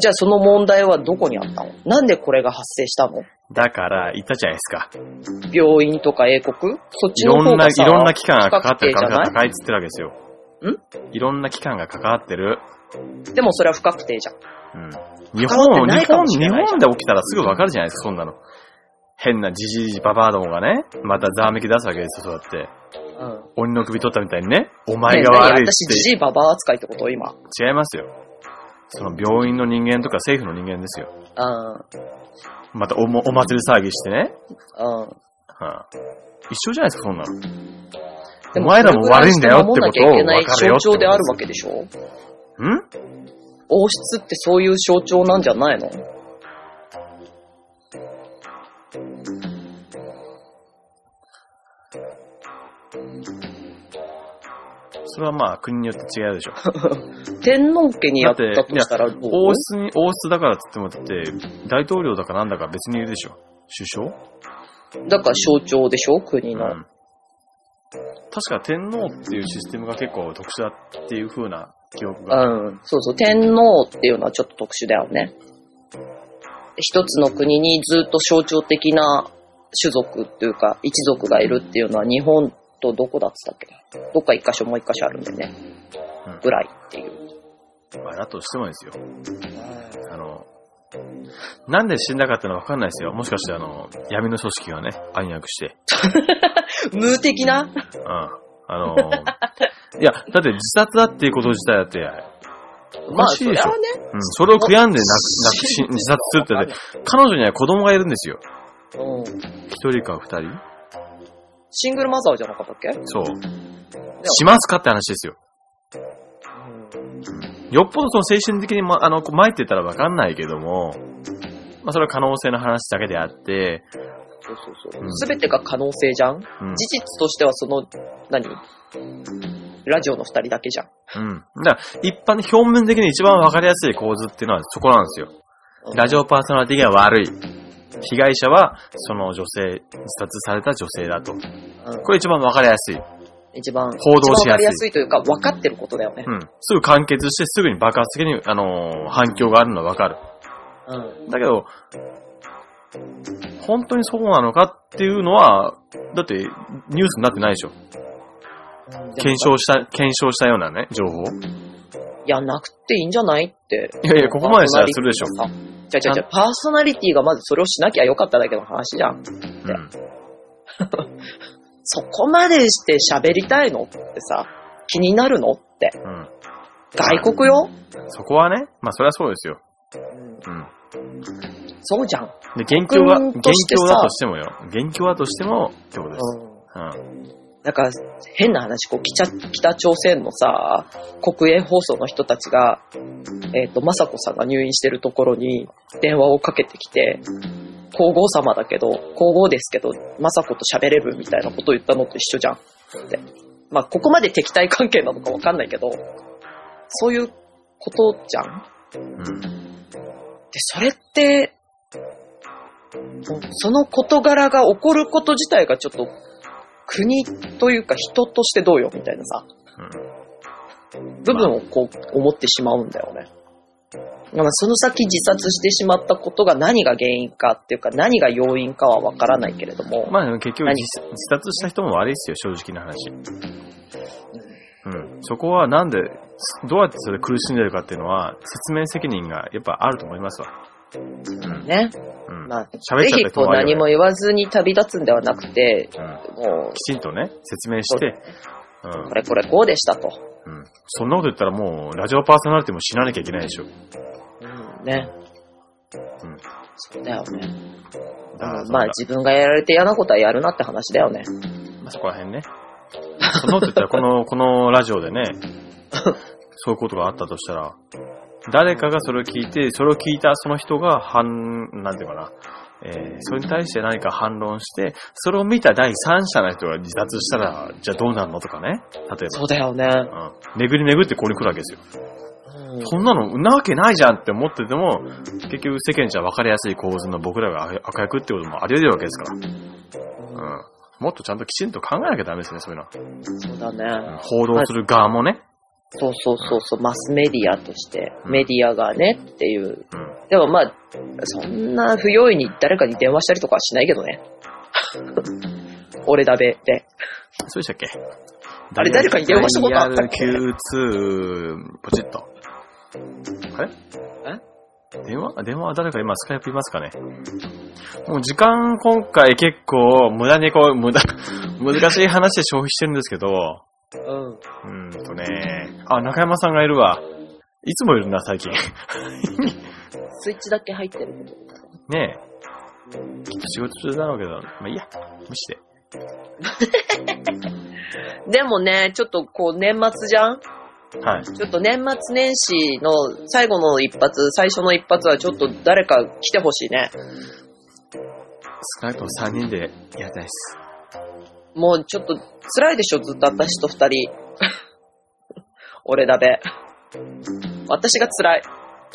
S4: じゃあその問題はどこにあったのなんでこれが発生したの
S3: だから、言ったじゃないですか。
S4: 病院とか英国そっ
S3: い
S4: ちの
S3: ろん
S4: 方
S3: な、
S4: が
S3: い
S4: さ
S3: ろんな期間が関わってる
S4: 不
S3: 可
S4: 確定
S3: 能性が
S4: じゃな
S3: 高いっつってるわけですよ。いろんな期間が関わってる。
S4: いでもそれは不確定じゃん。
S3: うん。日
S4: 関わって
S3: 本、
S4: な
S3: 日
S4: いか
S3: 本、
S4: もし
S3: 日
S4: れないじゃん
S3: 本で起きたらすぐわかるじゃないですか、そんなの。変なじじいじばばあどもがね、またざわめき出すわけですよ、そうやって。
S4: うん。
S3: 鬼の首取ったみたいにね、お前
S4: ね
S3: が
S4: 何
S3: 悪いっ
S4: 私、
S3: て
S4: じじいばばあ扱いってこと今。うん。
S3: 違いますよ。その病院の人間とか政府の人間ですよ。またおもお祭り騒ぎしてね。
S4: うん。
S3: はい一緒じゃないですか、そんなの。
S4: で
S3: お前らも悪いんだよってことを
S4: それぐらいして守んなきゃいけない
S3: 分かるよ
S4: 象
S3: っ
S4: 徴
S3: てこと
S4: であるわけでしょ
S3: ん
S4: 王室ってそういう象徴なんじゃないの
S3: それはまあ国によって違うでしょ。
S4: 天皇家にやったとしたらどう
S3: 王室に、王室だからっつってもだって、大統領だかなんだか別にいるでしょ。首相
S4: だから象徴でしょ国の。
S3: うん。確か天皇っていうシステムが結構特殊だっていう風な記憶が。
S4: うん。そうそう。天皇っていうのはちょっと特殊だよね。一つの国にずっと象徴的な種族っていうか、一族がいるっていうのは日本とどこだっつったっけどっか一箇所もう一箇所あるんでね
S3: うん。
S4: ぐらいっていう。
S3: まあだとしてもですよ。あの、なんで死んだかってのはわかんないですよ。もしかしてあの、闇の組織がね、暗躍して。
S4: 無的な
S3: うん。あ のーいや、だって自殺だっていうこと自体だって、お
S4: ま
S3: か
S4: あ、そ
S3: しい
S4: れ
S3: でしょ
S4: はね。
S3: うん、それを悔やんでなく、なくし、自殺するってだって、彼女には子供がいるんですよ。
S4: うん。
S3: 一人か二人
S4: シングルマザーじゃなかったっけ、う
S3: そう。しますかって話ですよ。
S4: ん、
S3: よっぽどその精神的に、ま、あの、こう巻いてたらわかんないけども、まあ、それは可能性の話だけであって、
S4: そうそうそうう。
S3: ん
S4: すべてが可能性じゃん、
S3: うん。
S4: 事実としてはその、何ラジオの二人だけじゃん。
S3: うん。だから、一般に表面的に一番わかりやすい構図っていうのはそこなんですよ。ラジオパーソナリティが悪い。被害者は、その女性、自殺された女性だと。
S4: うん
S3: これ一番わかりやすい。う
S4: 一番、
S3: 報道し
S4: 一番わか
S3: やすい
S4: りやすいというか、分かってることだよね。
S3: ん。すぐ完結して、すぐに爆発的に、あのー反響があるのはわかる。
S4: うん。
S3: だけど、本当にそうなのかっていうのは、だって、ニュースになってないでしょ。検証した、検証したようなね、情報。
S4: いや、なくていいんじゃないって。
S3: いやいやここまでしたらするでしょ
S4: あ。じゃあじゃあじゃあパーソナリティがまずそれをしなきゃよかっただけの話じゃん。
S3: うん。
S4: そこまでして喋りたいのってさ、気になるのって。
S3: うん。
S4: 外国よ、
S3: そこはね、まあそれはそうですよ。
S4: うん、
S3: うん。
S4: そうじゃん。
S3: で、元凶が、
S4: 国
S3: 元
S4: 民としてさ
S3: 凶だとしてもよ。元凶だとしても、ってことで
S4: う
S3: す。
S4: ん
S3: うん。
S4: なんか、変な話、こう、北北朝鮮のさ、国営放送の人たちが、えっ、と、雅子さんが入院してるところに電話をかけてきて、皇后様だけど、皇后ですけど、雅子と喋れるみたいなことを言ったのと一緒じゃん。って。まあ、ここまで敵対関係なのかわかんないけど、そういうことじゃん
S3: うん。
S4: で、それって、その事柄が起こること自体がちょっと、国というか人としてどうよみたいなさ、部分をこう思ってしまうんだよね。だからその先自殺してしまったことが何が原因かっていうか何が要因かはわからないけれども、
S3: まあでも結局
S4: 何
S3: 自自殺した人も悪いですよ、正直な話。うん。そこはなんで、どうやってそれで苦しんでるかっていうのは、説明責任がやっぱあると思いますわ。うん。
S4: ね。
S3: うん。
S4: まあ、ぜ
S3: 喋っちゃった
S4: ひ
S3: 人
S4: こう
S3: も悪い
S4: 何
S3: よね
S4: も言わずに旅立つんではなくて、
S3: うん。
S4: も
S3: きちんとね、説明して、う
S4: う、これこれこうでしたと。
S3: ん。うん。そんなこと言ったらもう、ラジオパーソナリティも死ななきゃいけないでしょ。
S4: うん、ね。
S3: うん
S4: そうだよね。
S3: だからそんな
S4: まあ自分がやられて嫌なことはやるなって話だよね。
S3: まあ、そこら辺ね。そんなこと言ったら、こ の、このラジオでね、そういうことがあったとしたら、誰かがそれを聞いて、それを聞いたその人が、反、なんていうかな、えーそれに対して何か反論して、それを見た第三者の人が自殺したら、じゃあどうなるのとかね。例えば。
S4: そうだよね。
S3: うん。巡り巡ってここに来るわけですよ。
S4: うん
S3: そんなの、なわけないじゃんって思ってても、結局世間じゃ分かりやすい構図の僕らが悪役ってこともあり得るわけですから。うん。もっとちゃんときちんと考えなきゃダメですね、そういうのは。
S4: そうだ
S3: うん
S4: ね。
S3: 報道する側もね。
S4: そうそうそうそう、マスメディアとして、メディアがねっていう。
S3: うん。
S4: でもまあ、そんな不用意に誰かに電話したりとかはしないけどね。俺だべで。
S3: そうでしたっけ
S4: あれ誰かに電話したことあったっけ
S3: ?Q2、ポチッと。あれ電話電話は誰か今スカイプいますかねもう時間今回結構無駄にこう、無駄、 難しい話で消費してるんですけど、
S4: うん。
S3: うーんとね。あ、中山さんがいるわ。いつもいるな、最近。
S4: スイッチだけ入ってるけど。
S3: ねえ。きっと仕事中だろうけど、まあいいや。無視で。
S4: でもね、ちょっとこう年末じゃん
S3: はい。
S4: ちょっと年末年始の最後の一発、最初の一発はちょっと誰か来てほしいね。
S3: スカイプを3人でやりたいです。
S4: もうちょっと辛いでしょ、ずっと私と二人。俺だべ。私が辛い。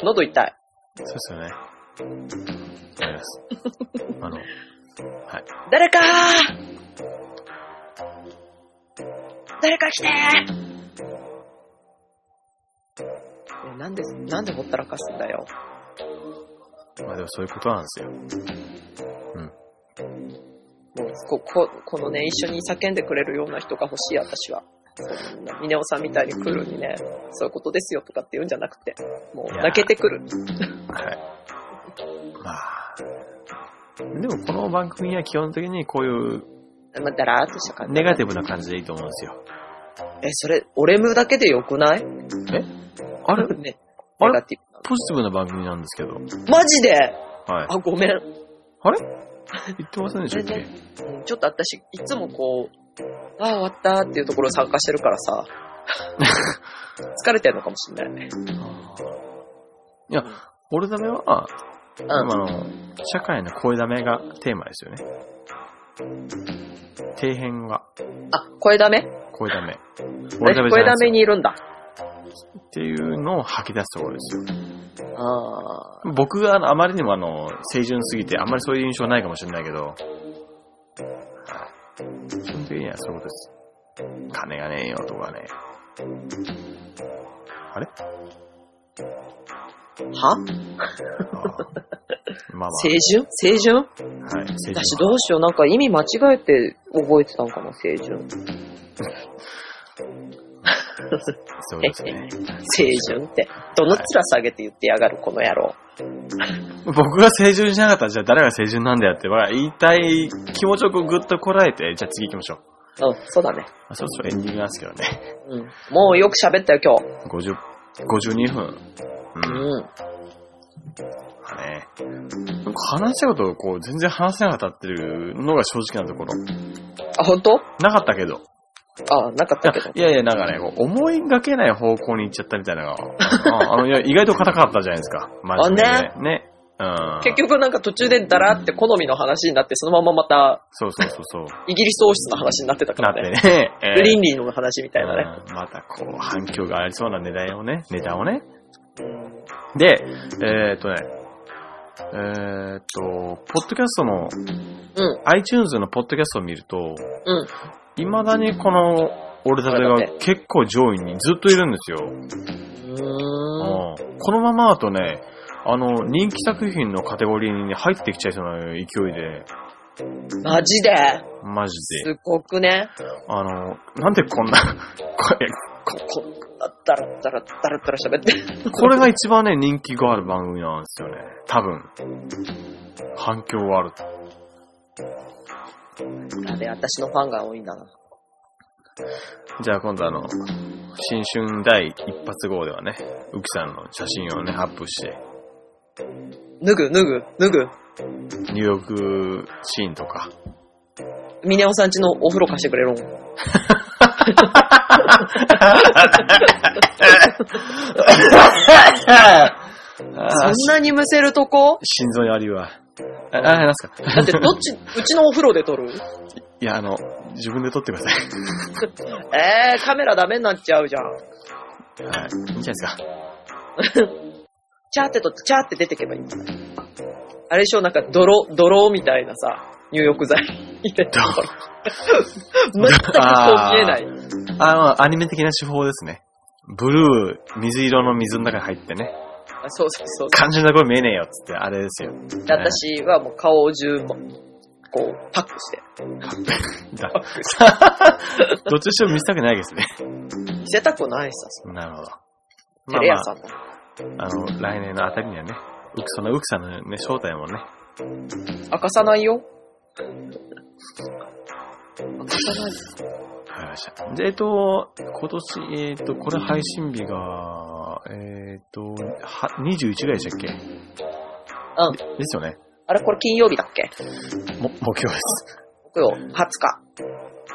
S4: 喉痛い。
S3: そうですよね。わかります。あの、はい。
S4: 誰かー誰か来てーえなんで、なんでほったらかすんだよ。
S3: まあでもそういうことなんですよ。うん。
S4: もうこここのね、一緒に叫んでくれるような人が欲しい、私は。ミネオさんみたいにクールにね、そういうことですよとかって言うんじゃなくて、もう
S3: いやー
S4: 泣けてくる。
S3: はい。まあ。でもこの番組は基本的にこういう
S4: まあ、だらーっとした感じ。
S3: ネガティブな感じでいいと思うんですよ。
S4: え、それ、俺ムだけでよくない
S3: あれ、
S4: ね、
S3: あ
S4: ネ
S3: れ
S4: ガティブ
S3: ポジティブな番組なんですけど。
S4: な。マジで
S3: はい。
S4: あ、ごめん。うん
S3: あれ言ってませんでしたっけ
S4: ちょっと私、いつもこう、あー終わったーっていうところ参加してるからさ、 疲れてんのかもしんない。
S3: いや、俺ダメは、
S4: うん。
S3: 今の、社会の声ダメがテーマですよね。底辺は
S4: あ、声ダメ
S3: 声ダメ。
S4: 声ダメ
S3: 俺ダメじゃないですよ
S4: にいるんだ。
S3: っていうのを吐き出すところですよ。
S4: あ
S3: 僕があのあまりにもあの、清純すぎて、あんまりそういう印象ないかもしれないけど、はい基本的にはそういうことです。金がねえよとかね。あれ
S4: ーは
S3: あーまあま
S4: 清純清純
S3: あ、はい、清純
S4: 私どうしよう、なんか意味間違えて覚えてたのかな、清純。
S3: そうですね。
S4: 清純って。どの面下げて言ってやがる、この野郎。
S3: 僕が清純じゃなかったら、じゃあ誰が清純なんだよって、まあ言いたい気持ちをこうグッとこらえて、じゃあ次行きましょう。
S4: うん、そうだね。
S3: まあ、そろそろエンディングなんですけどね。
S4: うん。もうよく喋ったよ、今日。
S3: 50、52分。うん。
S4: うん。
S3: まあね。なんか話したことをこう、全然話せなかったっていうのが正直なところ。
S4: あ、本当？
S3: なかったけど。
S4: あ、なかったけど。
S3: いやいや、なんかね、こう思いがけない方向に行っちゃったみたいなのが、ああのいや意外と硬かったじゃないですか。真面目でね。ね。うん。
S4: 結。局なんか途中でダラって好みの話になって、そのまままた、
S3: そうそうそう そう。
S4: イギリス王室の話になってたか
S3: な
S4: ら
S3: って
S4: ね。
S3: ね。えー
S4: グリーンリーの話みたいなね。
S3: うんまたこう、反響がありそうな値段をね、ネタをね。で、えーっとね、えーっと、ポッドキャストの、
S4: うん、
S3: iTunes のポッドキャストを見ると、
S4: うん。
S3: 未だにこの、俺たち
S4: 俺
S3: が
S4: だ
S3: 結構上位にずっといるんですよ。
S4: うーん。
S3: うんこのままだとね、あの、人気作品のカテゴリーに、ね、入ってきちゃいそうな勢いで、
S4: マジで
S3: マジで。
S4: すごくね。
S3: あの、なんでこんな、これ、
S4: こ、こんな、ダラダラ、ダラダラ喋って。
S3: これが一番ね、人気がある番組なんですよね。多分。反響があると。
S4: あれ、私のファンが多いんだな。
S3: じゃあ今度あの、新春第一発号ではね、ウキさんの写真をね、アップして、
S4: 脱ぐ、脱ぐ、脱ぐ。
S3: 入浴シーンとか。
S4: ミネオさんちのお風呂貸してく れるん。 そんなにむせるとこ
S3: 心臓にあるわ。あ、あ、なんすか
S4: だってどっち、うちのお風呂で撮る
S3: いや、あの、自分で撮ってください。
S4: えー、カメラダメになっちゃうじゃん。
S3: はい。いいんじゃないですか。
S4: チャーって撮って、チャーって出てけばいいんだあれでしょ、なんか泥、泥みたいなさ、入浴剤入れて。
S3: どう
S4: 全くそう見えない。
S3: あ、まあ、アニメ的な手法ですね。ブルー、水色の水の中に入ってね、
S4: あそうそうそう。
S3: 肝心な声見えねえよっつって、あれですよ。
S4: で私はもう顔を十分、こう、パックして。
S3: だどっちにしても見せたくないですね。
S4: 見せたくないさ、
S3: なるほど。
S4: テレ屋さんの。
S3: まあ、あの、来年のあたりにはね、ウクそのウクさんのね、正体もね、
S4: 明かさないよ。明かさない。
S3: わかりました。で、えっと、今年、えっと、これ配信日が、えっと、は21ぐらいでしたっけ
S4: うん。
S3: ですよね。
S4: あれこれ金曜日だっけ
S3: も、目標です。
S4: 木曜、20日。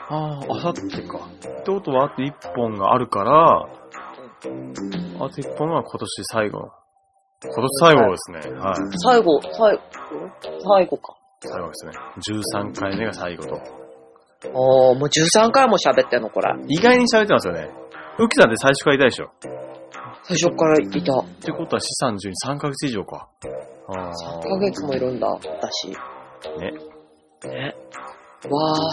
S3: ああ、あさってか。ってことは、あと1本があるから、あと1本は今年最後。今年最後ですね。はい。
S4: 最後、最後、最後か。
S3: 最後ですね。13回目が最後と。
S4: あー、もう13回も喋ってんの、これ。
S3: 意外に喋ってますよね。ウキさんって最初からいたでしょ。
S4: 最初からいた。
S3: ってことは、資産順に3ヶ月以上か。ああ。
S4: 1ヶ月もいるんだ、私。
S3: ね。
S4: ね。わあ。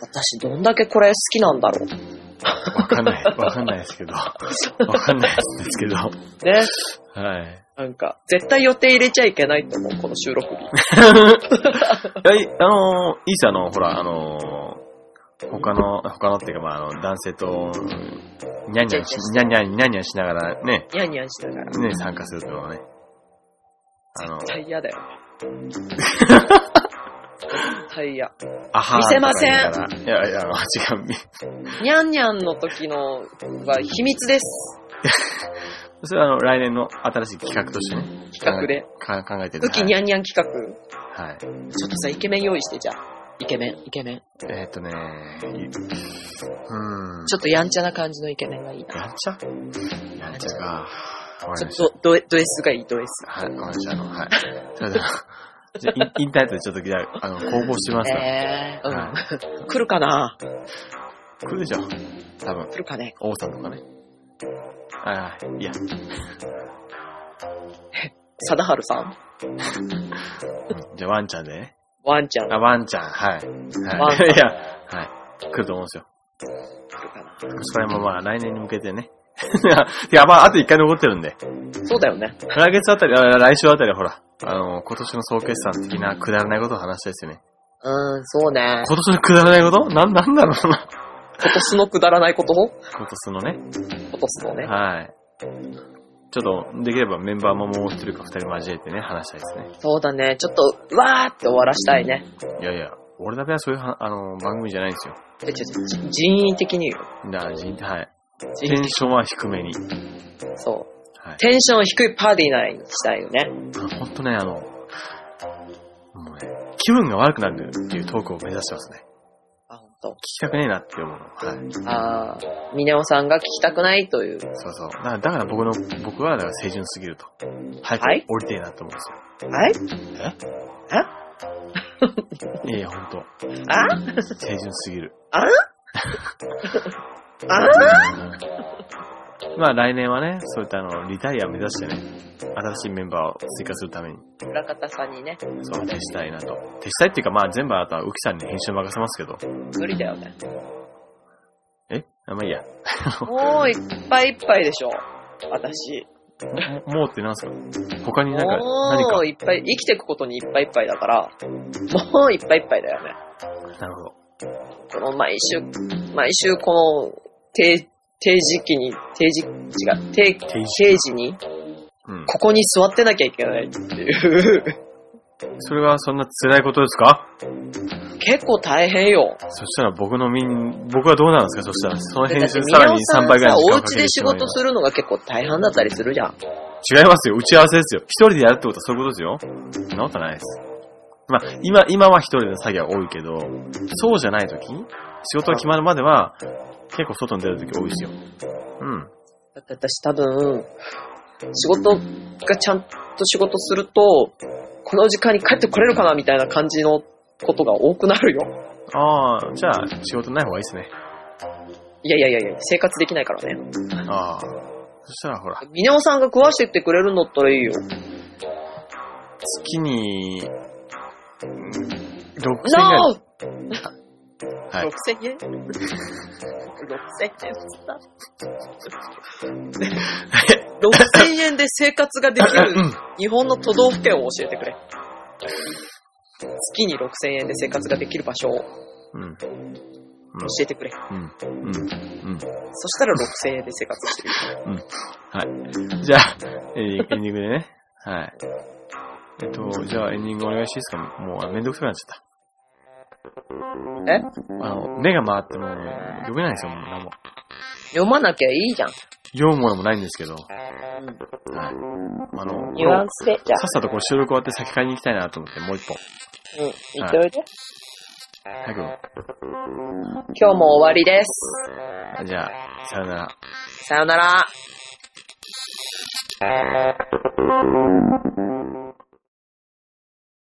S4: 私、どんだけこれ好きなんだろう。
S3: わかんない。わかんないですけ ど。わかんないですけど。
S4: ね。
S3: はい。
S4: なんか、絶対予定入れちゃいけないと思う、この収録日。
S3: はい、あのー、いいさ、あの、ほら、あのー、他の、他のっていうか、まあ、あの、男性と、にゃんにゃんし、にゃんにゃん、にゃんにゃんしながらね、
S4: ニャンニャンしながら。絶
S3: ね、参加するってことはね。あの、
S4: 対嫌だ よ。絶対嫌。
S3: あはー
S4: 見せません
S3: とか言いながらいや、いや、あの違うみ。
S4: ニャンニャンの時のは秘密です。
S3: それは、あの、来年の新しい企画としてね。
S4: 企画で。
S3: か考えてる
S4: ウキニャンニャン企画。ち
S3: はい。はい
S4: ょっとさ、イケメン用意して、じゃあ。イケメン、イケメン。
S3: えーっとね、いうん。
S4: ちょっとやんちゃな感じのイケメンがいいな。
S3: やっちゃやっちゃか。わかりま
S4: ちょ
S3: し。
S4: ったとドエド S がいい、ド S。
S3: はい、わかりました。あの、はい。 それでは、じゃあインインターネットでちょっと、じゃあ、あの、公募しますから。
S4: ええ
S3: は
S4: うん。来るかな
S3: 来るでしょ。多分、
S4: 来るかね
S3: 王さんとかね。ああ、いや、うん
S4: 貞治さん
S3: じゃあワンちゃんでね。
S4: ワンちゃん来
S3: あ、ワンちゃん、 はい。
S4: ワ
S3: は
S4: ンちゃん
S3: い。いや、はい。来ると思うんですよ。
S4: るかな
S3: それもまあ、来年に向けてね。 いや、まあ、あと一回残ってるんで。
S4: そうだよね。
S3: 来月あたり、あ来週あたりはほら、あの、今年の総決算的なくだらないことを話したいですよね。
S4: うーん、そうね。
S3: 今年のくだらないことなん、なんだろうな。
S4: 今年のくだらないことを
S3: 今年のね。
S4: 今年のね。
S3: はい。ちょっと、できればメンバーももう一人か二人交えてね、話したいですね。
S4: そうだね。ちょっと、うわーって終わらしたいね。
S3: いやいや、俺だけはそういうは、あの、番組じゃないんですよ。
S4: でちょちょ人員的によ。
S3: だから、人はい。テ
S4: 人
S3: ン
S4: 員
S3: ションは低めに。
S4: そう。
S3: はい。
S4: テンション低いパーティー内にしたいよね。
S3: ほんとね、あの、もうね、気分が悪くなるっていうトークを目指してますね。
S4: あ、ほんと
S3: 聞。きたくねえなって思うの。はい。
S4: あー、ミネオさんが聞きたくないという。
S3: そうそう。だから、だから僕の、僕は、だから、清純すぎると。早く
S4: はい
S3: 降りてえなと思うんですよ。
S4: はい
S3: いやいや、ほんと。
S4: あ
S3: 清純すぎる。
S4: ああ
S3: まあ来年はね、そういったあの、リタイア目指してね、新しいメンバーを追加するために、
S4: 裏方さんにね。
S3: そう、手したいなと。手したいっていうか、まあ全部あとは浮さんに編集任せますけど。
S4: 無理だよね。
S3: えあ、まあいいや。
S4: もういっぱいいっぱいでしょ。私。
S3: ももうってなんすか他になんか、何
S4: も
S3: か
S4: う。いっぱい、生きていくことにいっぱいいっぱいだから、もういっぱいいっぱいだよね。
S3: なるほど。
S4: この毎週、毎週この定、定時期に、定時、違う、定、
S3: 定
S4: 定時に、
S3: うん。
S4: ここに座ってなきゃいけないっていう。
S3: それはそんな辛いことですか
S4: 結構大変よ。
S3: そしたら僕のみん、僕はどうなんですかそしたら、その編集さらに3
S4: だっ
S3: 倍
S4: て
S3: ぐら
S4: 宮尾さん
S3: いの時
S4: さお
S3: 間をか
S4: 家で
S3: けて
S4: 仕
S3: しまいま
S4: 事
S3: す
S4: するのが結構大変だったりするじゃん。
S3: 違いますよ。打ち合わせですよ。一人でやるってことはそういうことですよ。そんなことないです。まあ、今、今は一人の作業が多いけど、そうじゃない時仕事が決まるまでは、結構外に出る時多いですよ。うん。
S4: だって私多分、仕事がちゃんと仕事すると、この時間に帰ってこれるかなみたいな感じのことが多くなるよ。
S3: ああ、じゃあ仕事ない方がいいですね。
S4: いやいやいやいや、生活できないからね。
S3: ああ。そしたらほら、
S4: ミネオさんが食わしてってくれるんだったらいいよ。
S3: 月に、うん6000円ぐらい。
S4: No!
S3: はい。
S4: 6000円 ?6000 円 っつった。6000円で生活ができる日本の都道府県を教えてくれ。月に6000円で生活ができる場所を教
S3: うん。うん。
S4: えてくれ。
S3: うん。うん。うん。
S4: そしたら6000円で生活してる。
S3: はい。じゃあ、エンディングエンディングでね。はい。えっと、じゃあエンディングお願いしていいですかもうめんどくさくなっちゃった。
S4: え
S3: あの、目が回っても読めないですよ、もう何も。
S4: 読まなきゃいいじゃん。
S3: 読むものもないんですけど。はい。あの、
S4: ニュアンスで、じゃ
S3: さっさとこう収録終わって先買いに行きたいなと思って、もう一本。
S4: あ。うん、行っておいで。
S3: 早く
S4: 今日も終わりです。
S3: あ、じゃあ、さよなら。
S4: さよなら。